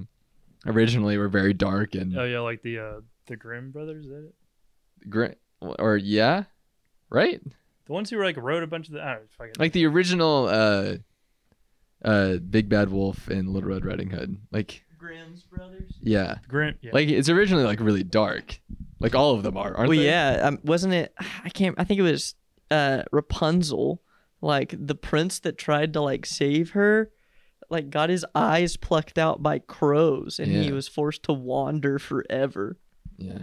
S3: originally were very dark and
S2: Oh yeah, like the uh the Grimm brothers, is that it?
S3: gr- or yeah, right?
S2: The ones who like wrote a bunch of the I don't know, fucking
S3: Like the original uh uh Big Bad Wolf and Little Red Riding Hood. Like
S1: Grimm's brothers.
S3: yeah.
S2: Grimm yeah.
S3: Like it's originally like really dark. Like all of them are, aren't
S1: well,
S3: they?
S1: yeah, um, wasn't it? I can't. I think it was uh, Rapunzel, like the prince that tried to like save her, like got his eyes plucked out by crows, and he
S3: Yeah.
S1: was forced to wander forever,
S3: Yeah.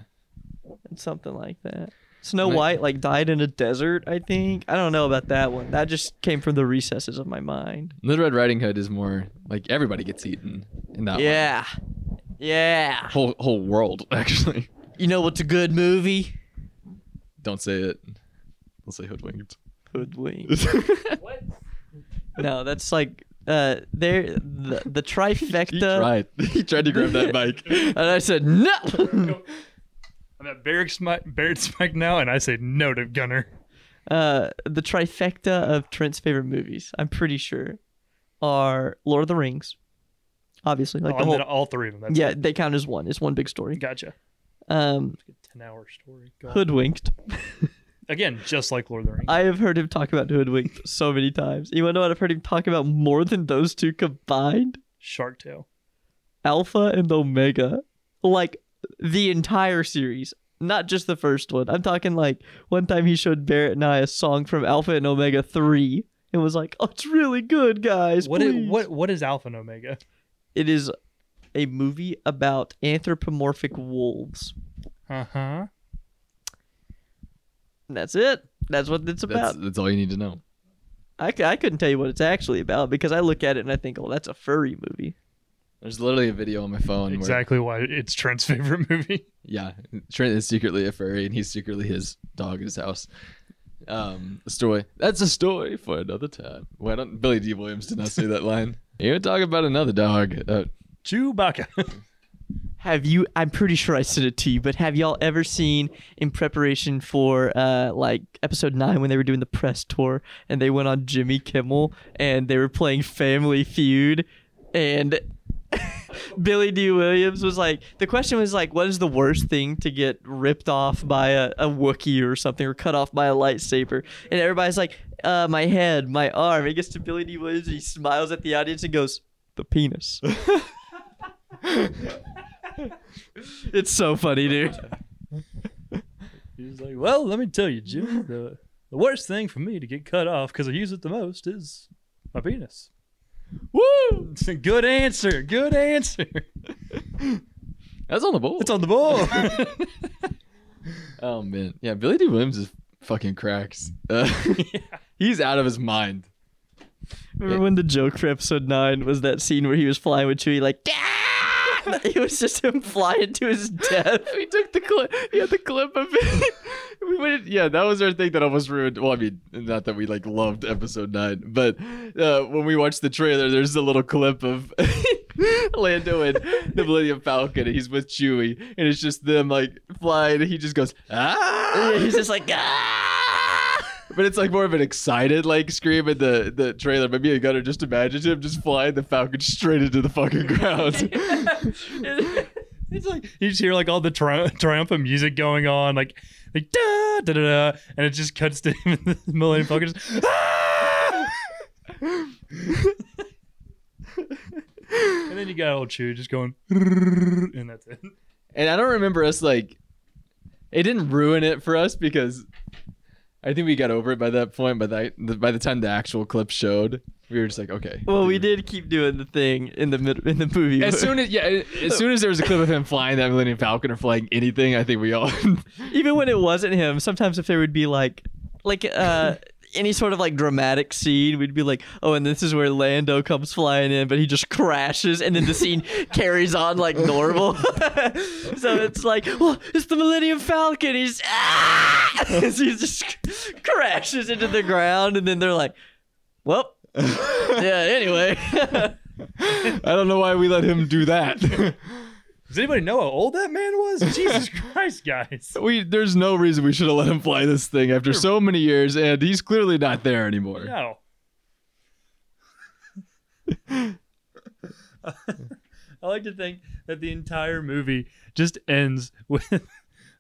S1: and something like that. Snow
S3: Right.
S1: White like died in a desert, I think. I don't know about that one. That just came from the recesses of my mind.
S3: Little Red Riding Hood is more like everybody gets eaten in that one.
S1: yeah, yeah.
S3: whole whole world [LAUGHS] actually.
S1: You know what's a good movie?
S3: Don't say it. Don't say hoodwinked. [LAUGHS]
S1: Hoodwink. no, that's like uh, there the, the
S3: [LAUGHS]
S1: trifecta.
S3: He tried. He tried to
S2: [LAUGHS]
S3: grab that bike.
S1: And I said, no. [LAUGHS]
S2: [LAUGHS] I'm at Barrack Smack Barrett Smack now and I say no to Gunner.
S1: uh, the trifecta of Trent's favorite movies, I'm pretty sure, are Lord of the Rings, obviously. Like
S2: oh,
S1: the
S2: I
S1: whole,
S2: meant all three of them. That's
S1: yeah, they count as one. It's one big story.
S2: Gotcha.
S1: Um,
S2: Ten hour story. Go on.
S1: hoodwinked.
S2: Again, just like Lord of the Rings.
S1: I have heard him talk about hoodwinked so many times. You want to know what I've heard him talk about more than those two combined?
S2: Shark Tale.
S1: Alpha and Omega. Like the entire series, not just the first one. I'm talking like one time he showed Barrett and I a song from Alpha and Omega 3 and was like, "Oh, it's really good, guys."
S2: What is,
S1: please."
S2: what what is Alpha and Omega?
S1: It is a movie about anthropomorphic wolves.
S2: Uh huh.
S1: And that's it. That's what it's
S3: That's,
S1: about.
S3: that's all you need to know.
S1: I, c- I couldn't tell you what it's actually about because I look at it and I think, "Oh, that's a furry movie."
S3: There's literally a video on my phone. Where,
S2: Exactly why it's Trent's [LAUGHS] favorite movie.
S3: yeah, Trent is secretly a furry, and he's secretly his dog at his house. Um, a story. That's a story for another time. Why don't Billy D. Williams did not say that
S2: [LAUGHS]
S3: line? You talk about another dog. Uh,
S2: Chewbacca.
S1: Have you? I'm pretty sure I sent it to you, but have y'all ever seen in preparation for uh like episode nine when they were doing the press tour and they went on Jimmy Kimmel and they were playing Family Feud and [LAUGHS] Billy D. Williams was like the question was like what is the worst thing to get ripped off by a, a Wookiee or something or cut off by a lightsaber and everybody's like uh my head my arm it gets to Billy D. Williams and he smiles at the audience and goes the penis. [LAUGHS] It's so funny, dude.
S2: [LAUGHS] He's like, well, let me tell you, Jim. The, the worst thing for me to get cut off because I use it the most is my penis. [LAUGHS] Woo! Good answer. Good answer.
S3: [LAUGHS] that's on the bowl.
S2: It's
S3: [LAUGHS]
S2: on the ball. [LAUGHS]
S3: Oh man, yeah, Billy D. Williams is fucking cracks. Uh, [LAUGHS] He's out of his mind.
S1: Remember when the joke for episode nine was that scene where he was flying with Chewie, like, [LAUGHS] "Ah!" it was just him flying to his death. [LAUGHS]
S3: [LAUGHS] We took the clip. He had the clip of it. [LAUGHS] We went. Yeah, that was our thing that almost ruined. Well, I mean, not that we like loved episode nine, but uh, when we watched the trailer, there's a little clip of [LAUGHS]
S1: [LAUGHS]
S3: Lando and the Millennium Falcon, and he's with Chewie, and it's just them like flying. And he just goes ah.
S1: He's just like, ah!
S3: But it's like more of an excited like scream in the the trailer. But me and Gunner just imagine him just flying the Falcon straight into the fucking ground.
S1: [LAUGHS]
S2: it's like you just hear like all the tri- [LAUGHS] triumphant music going on, like like da da da, da and it just cuts to [LAUGHS] him in the Millennium Falcon. Just, "Ah!" and then you got old Chew just going, and that's it.
S3: And I don't remember us like it didn't ruin it for us because I think we got over it by that point. By that by the time the actual clip showed, we were just like, okay.
S1: well,
S3: [LAUGHS]
S1: we did keep doing the thing in the mid- in the movie. [LAUGHS]
S3: As soon as yeah, as soon as there was a clip of him flying that Millennium Falcon or flying anything, I think we all [LAUGHS]
S1: Even when it wasn't him, sometimes if there would be like, like, uh, any sort of like dramatic scene, we'd be like, oh, and this is where Lando comes flying in, but he just crashes, and then the scene carries on like normal. [LAUGHS] so it's like, well, it's the Millennium Falcon. He's ah! [LAUGHS] so he just crashes into the ground, and then they're like, well, yeah. Anyway,
S3: I don't know why we let him
S1: [LAUGHS]
S3: do that.
S2: Does anybody know how old that man was? Jesus [LAUGHS] Christ, guys!
S3: we there's no reason we should have let him fly this thing after so many years, and he's clearly not there anymore.
S2: [LAUGHS] No. I like to think that the entire movie just ends with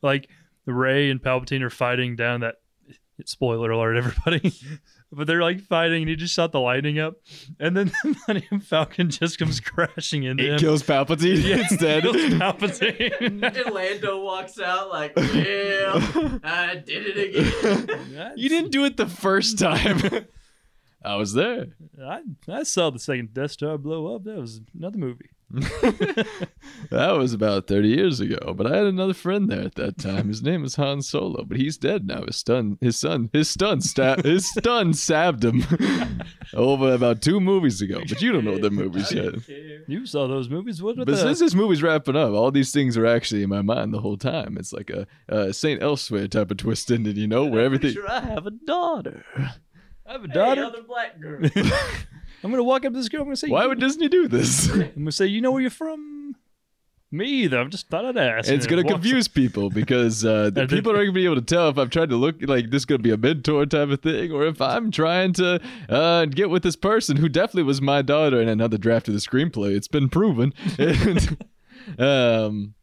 S2: like Ray and Palpatine are fighting down that spoiler alert everybody. [LAUGHS] But they're like fighting and he just shot the lightning up and then the Millennium Falcon just comes crashing into him. [LAUGHS]
S3: It
S1: [LAUGHS]
S3: kills Palpatine instead.
S2: Kills
S3: [LAUGHS]
S2: Palpatine.
S1: and Lando walks out like, yeah, I did it again.
S3: You didn't do it the first time. [LAUGHS] I was there.
S2: I, I saw the second Death Star blow up. That was another movie.
S3: That was about 30 years ago, but I had another friend there at that time. His name was Han Solo, but he's dead now. His stun, his son, his stun, sta- his [LAUGHS] stun stabbed him over about two movies ago. But you don't know the movies yet.
S2: You saw those movies. What
S3: But
S2: the
S3: since this movie's wrapping up, all these things are actually in my mind the whole time. It's like a, a Saint Elsewhere type of twist ending, you know, where everything.
S1: Sure, I have a daughter.
S2: I have a daughter.
S1: black girl.
S2: I'm gonna walk up to this girl. I'm gonna say,
S3: [LAUGHS] Why would Disney do this?
S2: I'm gonna say, you know where you're from? Me either. I'm just thought I'd ask.
S3: It's
S2: man.
S3: gonna
S2: What-
S3: confuse people because uh, the
S2: I did-
S3: people aren't gonna be able to tell if I'm trying to look like this is gonna be a mentor type of thing, or if I'm trying to uh, get with this person who definitely was my daughter in another draft of the screenplay. It's
S2: [LAUGHS]
S3: been proven, And, um,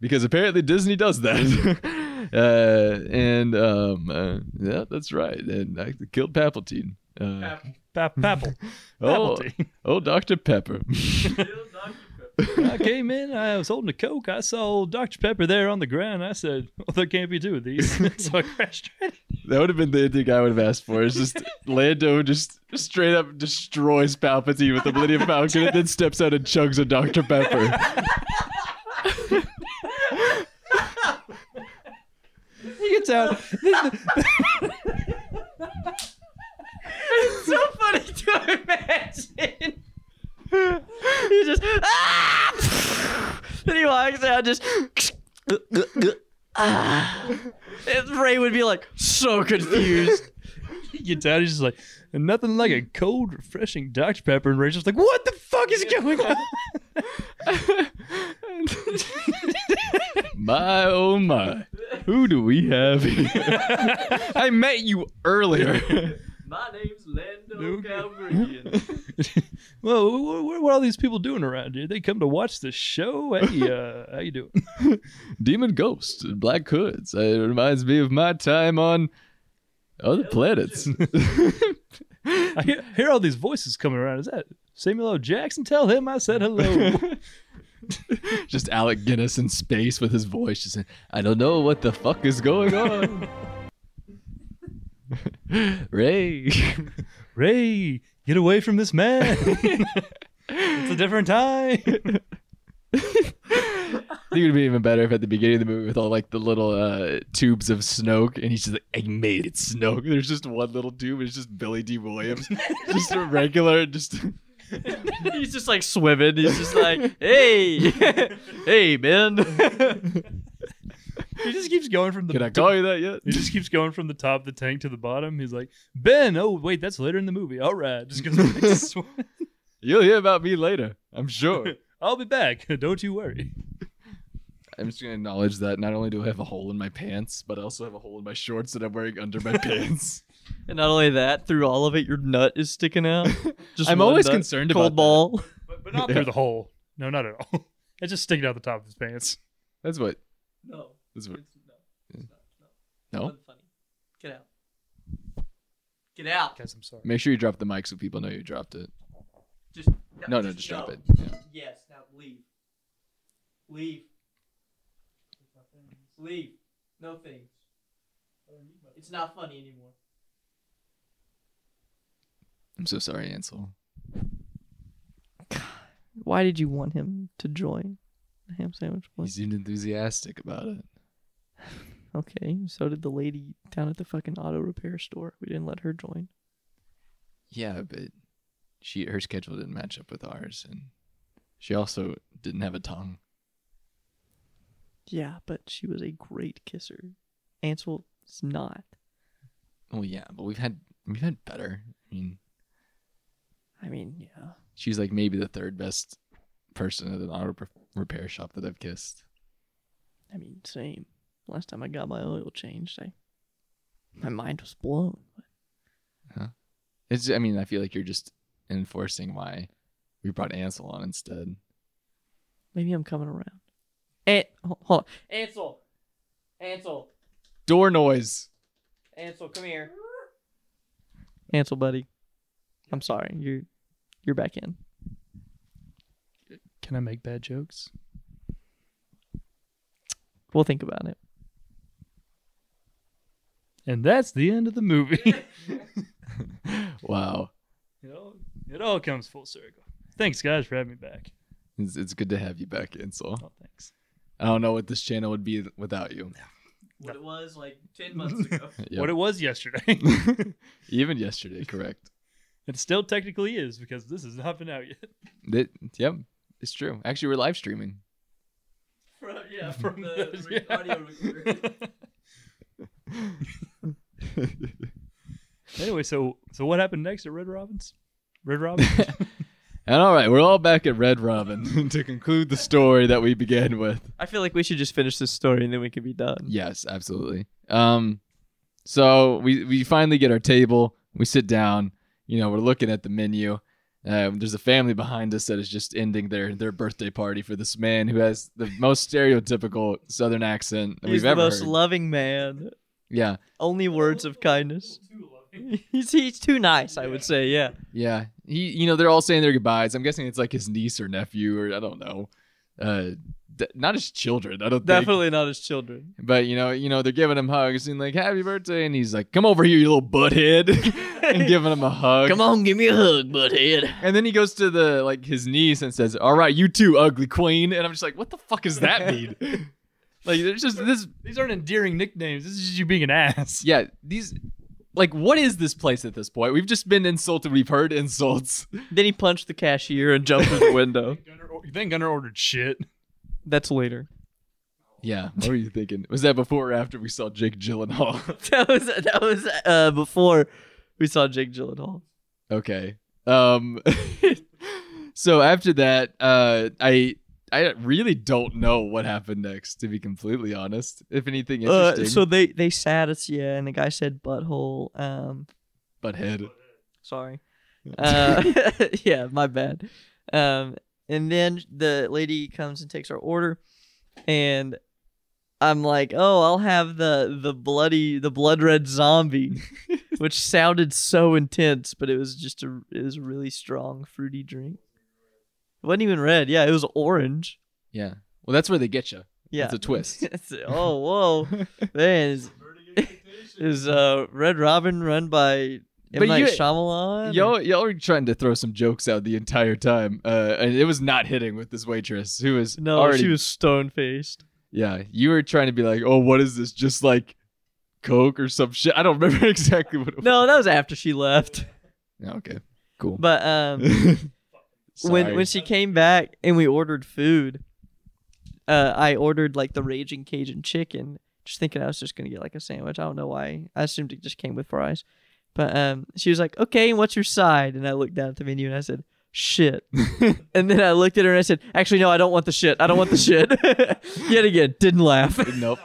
S3: because apparently Disney does that. [LAUGHS] uh, and um, uh, yeah, that's right. And I killed Palpatine. Uh,
S2: Pap- Papple.
S3: [LAUGHS] oh,
S2: Palpatine.
S3: oh,
S2: [LAUGHS]
S3: Dr. Pepper.
S2: I came in. I was holding a coke. I saw old Dr Pepper there on the ground. I said, "Well, there can't be two of these." [LAUGHS] so I crashed. right in.
S3: That would have been the ending I would have asked for. It's [LAUGHS] just Lando just straight up destroys Palpatine with the Millennium Falcon and then steps out and chugs a Dr. Pepper.
S1: He gets out. it's so funny to imagine. He just ah! and he walks out just. ah. And Ray would be like so confused.
S2: He gets out. He's just like, "Nothing like a cold, refreshing Dr Pepper." And Rachel's like, "What the
S1: [LAUGHS]
S2: fuck is going on?"
S1: [LAUGHS]
S2: [LAUGHS]
S3: My oh my. Who do we have [LAUGHS] here? I met you earlier.
S11: My name's Lando
S2: Luke.
S11: Calrissian.
S2: Well, what, what, what are all these people doing around here? They come to watch the show. Hey, uh, how
S1: [LAUGHS]
S2: you doing?
S3: Demon Ghost and Black Hoods. It reminds me of my time on other planets. [LAUGHS]
S2: I hear, hear all these voices coming around. Is that Samuel L. Jackson? Tell him I
S1: [LAUGHS]
S2: said hello.
S3: [LAUGHS] just Alec Guinness in space with his voice just saying, I don't know what the fuck is going on. [LAUGHS] Ray. [LAUGHS]
S2: Ray, get away from this
S1: [LAUGHS]
S2: man. it's a different time.
S3: I think it would be even better if at the beginning of the movie with all like the little uh, tubes of Snoke, and he's just like, "I made it, Snoke." There's just one little tube. And it's just Billy D. Williams, [LAUGHS] just a regular, just [LAUGHS]
S1: He's [LAUGHS] just like swimming. He's just like, hey, [LAUGHS] hey, man.
S2: He just keeps going from the
S3: can I call you that yet?
S2: He just keeps going from the top of the tank to the bottom. He's like, Ben, oh wait, that's later in the movie. All right. Just goes back [LAUGHS] to swimming.
S3: [LAUGHS] You'll hear about me later, I'm sure.
S2: I'll be back. [LAUGHS] Don't you worry.
S3: I'm just gonna acknowledge that not only do I have a hole in my pants, but I also have a hole in my shorts that I'm wearing under my pants.
S1: And not only that, through all of it, your nut is sticking out. [LAUGHS] Just
S3: I'm
S1: one
S3: always
S1: nut,
S3: concerned
S1: cold
S3: about that.
S1: ball.
S2: But, but not [LAUGHS] through the hole. No, not at all. [LAUGHS] It's just sticking out the top of his pants.
S3: That's what.
S11: No.
S3: That's what.
S11: It's, no. It's not. No.
S3: No?
S11: Wasn't funny. Get out. Get out.
S2: Guys, I'm sorry.
S3: Make sure you drop the mic so people know you dropped it.
S11: Just
S3: No, no, just drop
S11: no.
S3: it. Yeah.
S11: Yes. Now leave. Leave. Leave. No things. It's not funny anymore.
S3: I'm so sorry, Ansel.
S1: Why did you want him to join the ham sandwich
S3: You
S1: place?
S3: seemed enthusiastic about it.
S1: Okay, so did the lady down at the fucking auto repair store. We didn't let her join.
S3: Yeah, but she her schedule didn't match up with ours, and she also didn't have a tongue.
S1: Yeah, but she was a great kisser. Ansel is not.
S3: Well, yeah, but we've had we've had better. I mean,
S1: I mean, yeah.
S3: she's like maybe the third best person at an auto pre- repair shop that I've kissed.
S1: I mean, same. Last time I got my oil changed, I my mind was blown.
S3: It's I mean I feel like you're just enforcing why we brought Ansel on instead.
S1: Maybe I'm coming around. Eh, And hold on.
S11: Ansel. Ansel.
S3: Door noise.
S11: Ansel, come here.
S1: Ansel, buddy. I'm sorry. You're you're back in.
S2: Can I make bad jokes?
S1: We'll think about it.
S2: And that's the end of the movie. [LAUGHS]
S3: Wow,
S2: It all, it all comes full circle. Thanks, guys, for having me back.
S3: it's, it's good to have you back, Ansel.
S2: Oh, thanks.
S3: I don't know what this channel would be without you.
S11: What it was like ten months
S3: [LAUGHS]
S11: ago.
S3: Yep.
S2: What it was [LAUGHS] yesterday.
S3: Even yesterday, correct?
S2: it still technically is because this has not been out yet.
S3: That, yep, it's true. Actually, we're live streaming.
S11: from,
S2: [LAUGHS]
S11: yeah, from the,
S3: [LAUGHS]
S11: the re- audio recorder.
S2: anyway, so so what happened next at Red Robin's? Red Robin?
S3: And all right, we're all back at Red Robin [LAUGHS] to conclude the story that we began with.
S1: I feel like we should just finish this story and then we can be done.
S3: Yes, absolutely. Um, so we we finally get our table. We sit down. You know, we're looking at the menu. Uh, there's a family behind us that is just ending their their birthday party for this man who has the most stereotypical Southern accent that
S1: He's
S3: we've
S1: the
S3: ever
S1: most
S3: heard.
S1: loving man.
S3: yeah,
S1: Only words of kindness. He's he's too nice, I would say. Yeah.
S3: yeah. He, you know, they're all saying their goodbyes. I'm guessing it's like his niece or nephew or I don't know. Uh, d- not his children. I don't think.
S1: Definitely not his children.
S3: But you know, you know, they're giving him hugs and like happy birthday, and he's like, "Come over here, you little butthead," [LAUGHS] and giving him a hug.
S1: on, give me a hug, butthead.
S3: [LAUGHS] And then he goes to the like his niece and says, "All right, you too, ugly queen." And I'm just like, "What the fuck
S1: [LAUGHS]
S3: does that mean?" like, there's just this.
S2: These aren't endearing nicknames. This is just you being an ass.
S3: Yeah, these. Like, what is this place at this point? We've just been insulted. We've heard insults.
S1: Then he punched the cashier and [LAUGHS] jumped through the window.
S2: Gunner, or- you think Gunner ordered shit?
S1: That's later. [LAUGHS]
S3: Yeah, what were you thinking? Was that before or after we saw Jake Gyllenhaal? [LAUGHS]
S1: That was that was uh, before we saw Jake Gyllenhaal.
S3: okay. Um. [LAUGHS] so after that, uh, I I really don't know what happened next. To be completely honest, if anything
S1: Uh,
S3: interesting,
S1: so they they sat us, yeah, and the guy said butthole. Um,
S3: but head.
S1: sorry. Uh, [LAUGHS] yeah, my bad. Um, and then the lady comes and takes our order, and I'm like, oh, I'll have the the bloody the blood red zombie, which sounded so intense, but it was just a it was a really strong fruity drink. It wasn't even red. Yeah, it was orange.
S3: Yeah. Well, that's where they get you.
S1: Yeah.
S3: It's a twist.
S1: It's-
S3: [LAUGHS]
S1: oh whoa, man! Is, is uh, Red Robin run by M
S3: But
S1: Night
S3: you-
S1: Shyamalan?
S3: Y'all, y'all were trying to throw some jokes out the entire time, uh, and it was not hitting with this waitress who was
S1: No,
S3: already.
S1: she was stone faced.
S3: Yeah, you were trying to be like, "Oh, what is this? Just like Coke or some shit?" I don't remember [LAUGHS] exactly what. it was.
S1: No, that was after she left.
S3: No. Okay. Cool.
S1: But
S3: [LAUGHS]
S1: um, when when she came back and we ordered food, uh, I ordered like the raging Cajun chicken, just thinking I was just gonna get like a sandwich. I don't know why. I assumed it just came with fries. But um, she was like, "Okay, and what's your side?" And I looked down at the menu and I said, "Shit." and then I looked at her and I said, "Actually, no, I don't want the shit. I don't want the shit." [LAUGHS] Yet again, didn't laugh. [LAUGHS]
S3: nope.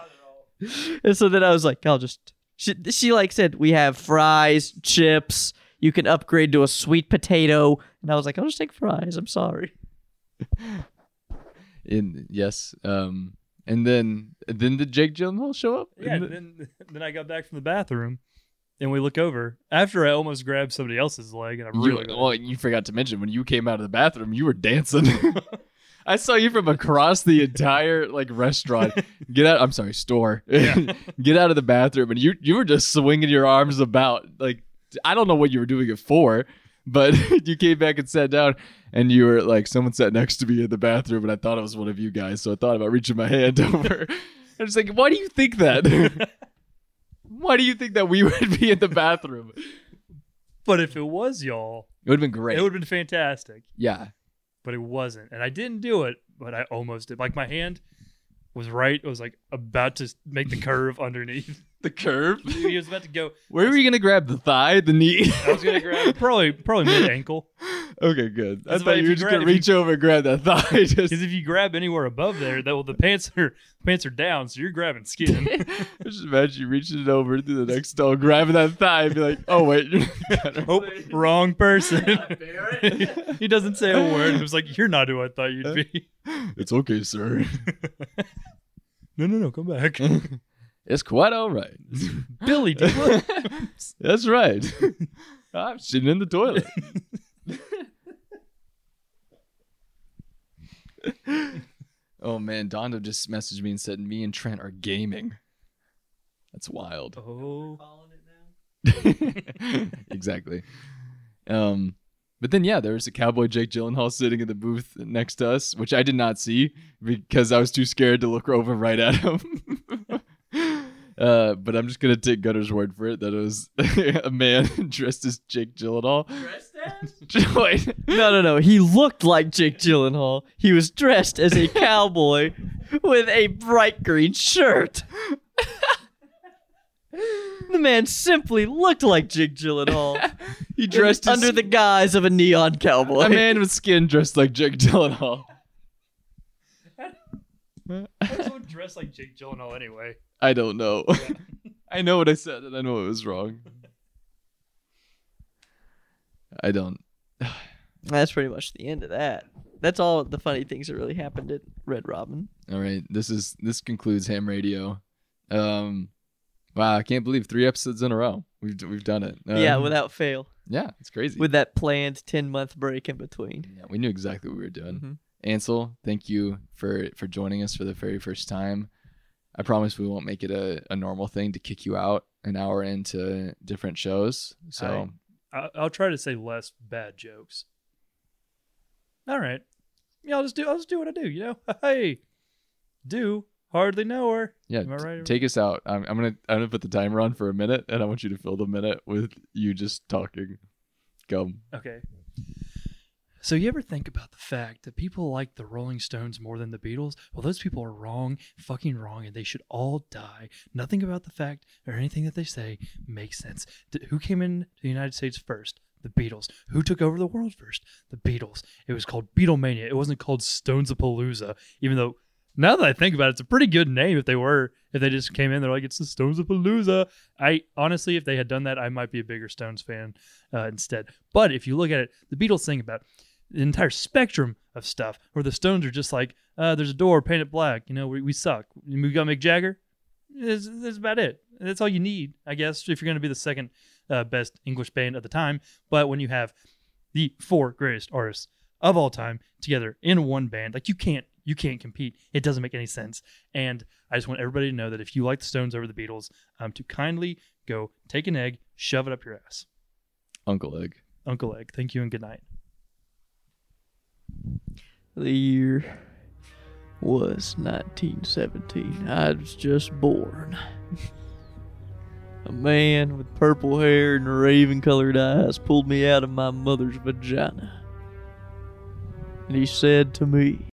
S1: And so then I was like, I'll just. She, she like said, we have fries, chips. You can upgrade to a sweet potato. And I was like, I'll just take fries. I'm sorry.
S3: In yes, um, and then then did Jake Gyllenhaal show up?
S2: Yeah.
S3: In the-
S2: Then [LAUGHS] then I got back from the bathroom, and we look over. After I almost grabbed somebody else's leg, and I
S3: You,
S2: really
S3: well, you forgot to mention when you came out of the bathroom, you were dancing. [LAUGHS] I saw you from across the entire like
S2: [LAUGHS]
S3: restaurant. Get out! I'm sorry, store.
S2: Yeah.
S3: [LAUGHS] Get out of the bathroom, and you you were just swinging your arms about. Like I don't know what you were doing it for, but [LAUGHS] you came back and sat down, and you were like, someone sat next to me in the bathroom, and I thought it was one of you guys, so I thought about reaching my hand [LAUGHS] over. I was like, why do you think
S2: [LAUGHS]
S3: that? [LAUGHS] why do you think that we [LAUGHS] would be in the bathroom? It
S2: but if it was y'all,
S3: would have been great.
S2: it would have been fantastic.
S3: yeah.
S2: But it wasn't, and I didn't do it, but I almost did. Like my hand was right. It was like about to make the curve underneath.
S3: The curve.
S2: [LAUGHS] He was about to go.
S3: Where were you gonna grab the thigh, the knee?
S2: I was gonna grab [LAUGHS] probably probably mid ankle.
S3: [LAUGHS] okay, good. I
S2: That's
S3: thought
S2: fine. If
S3: you were
S2: you
S3: just
S2: gra-
S3: gonna
S2: if you-
S3: reach over and grab that
S2: [LAUGHS]
S3: thigh. [LAUGHS] Just
S2: Because if you grab anywhere above there, that well, the pants are pants are down, so you're grabbing [LAUGHS] skin.
S3: just imagine you reaching it over to the next stall, grabbing that thigh, and be like, "Oh wait, you're
S2: [LAUGHS] oh, wrong person. [LAUGHS] he doesn't say a word. It was like, "You're not who I thought you'd be."
S3: it's okay, sir. [LAUGHS]
S2: No, no, no, come back,
S3: It's quite all right.
S2: [LAUGHS]
S3: [LAUGHS]
S2: Billy. Do you look?
S3: That's right. [LAUGHS] I'm sitting in the
S2: [LAUGHS]
S3: toilet." [LAUGHS] oh man, Dondo just messaged me and said, "Me and Trent are gaming." That's wild.
S2: Oh,
S3: [LAUGHS] exactly. Um, but then yeah, there was a cowboy Jake Gyllenhaal sitting in the booth next to us, which I did not see because I was too scared to look over right at him. [LAUGHS] uh, but I'm just gonna take Gunner's word for it that it was [LAUGHS] a man dressed as Jake Gyllenhaal. Dressed as?
S1: No, no, no. He looked like Jake Gyllenhaal. He was dressed as a cowboy with a bright green shirt. The man simply looked like Jake
S3: [LAUGHS]
S1: Gyllenhaal
S3: [LAUGHS] He dressed as-
S1: under the guise of a neon cowboy.
S3: a man with skin dressed like Jake Gyllenhaal.
S2: Why [LAUGHS] someone dressed like Jake Gyllenhaal anyway?
S3: I don't know. [LAUGHS] I know what I said, and I know it was wrong. I don't.
S1: That's pretty much the end of that. That's all the funny things that really happened at Red Robin.
S3: All right, this is this concludes Ham Radio. Um, wow, I can't believe three episodes in a row. We've we've done it. Uh,
S1: yeah, without fail,
S3: yeah, it's crazy.
S1: with that planned ten month break in between.
S3: yeah, we knew exactly what we were doing.
S2: Mm-hmm.
S1: Mhm.
S3: Ansel, thank you for for joining us for the very first time. I promise we won't make it a, a normal thing to kick you out an hour into different shows. So
S2: I, I'll try to say less bad jokes. All right. Yeah, I'll just do. I'll just do what I do. You know. [LAUGHS] Hey, do hardly know her.
S3: yeah,
S2: Am I
S3: t-
S2: right?
S3: take us out. I'm, I'm gonna I'm gonna put the timer on for a minute, and I want you to fill the minute with you just talking. Go.
S2: Okay. So you ever think about the fact that people like the Rolling Stones more than the Beatles? Well, those people are wrong, fucking wrong, and they should all die. Nothing about the fact or anything that they say makes sense. D- who came in to the United States first? The Beatles. Who took over the world first? The Beatles. It was called Beatlemania. It wasn't called Stones of Palooza, even though now that I think about it, it's a pretty good name if they were if they just came in, they're like, it's the Stones of Palooza. I honestly, if they had done that, I might be a bigger Stones fan uh, instead. But if you look at it, the Beatles sing about the entire spectrum of stuff, where the Stones are just like, uh, there's a door, paint it black. You know, we, we suck. We got Mick Jagger. That's, that's about it. That's all you need, I guess, if you're going to be the second uh, best English band at the time. But when you have the four greatest artists of all time together in one band, like you can't you can't compete. It doesn't make any sense. And I just want everybody to know that if you like the Stones over the Beatles, um, to kindly go take an egg, shove it up your ass.
S3: Uncle Egg.
S2: Uncle Egg. Thank you and good night.
S1: The year was 1917. I was just born. A man with purple hair and raven colored eyes pulled me out of my mother's vagina. And he said to me,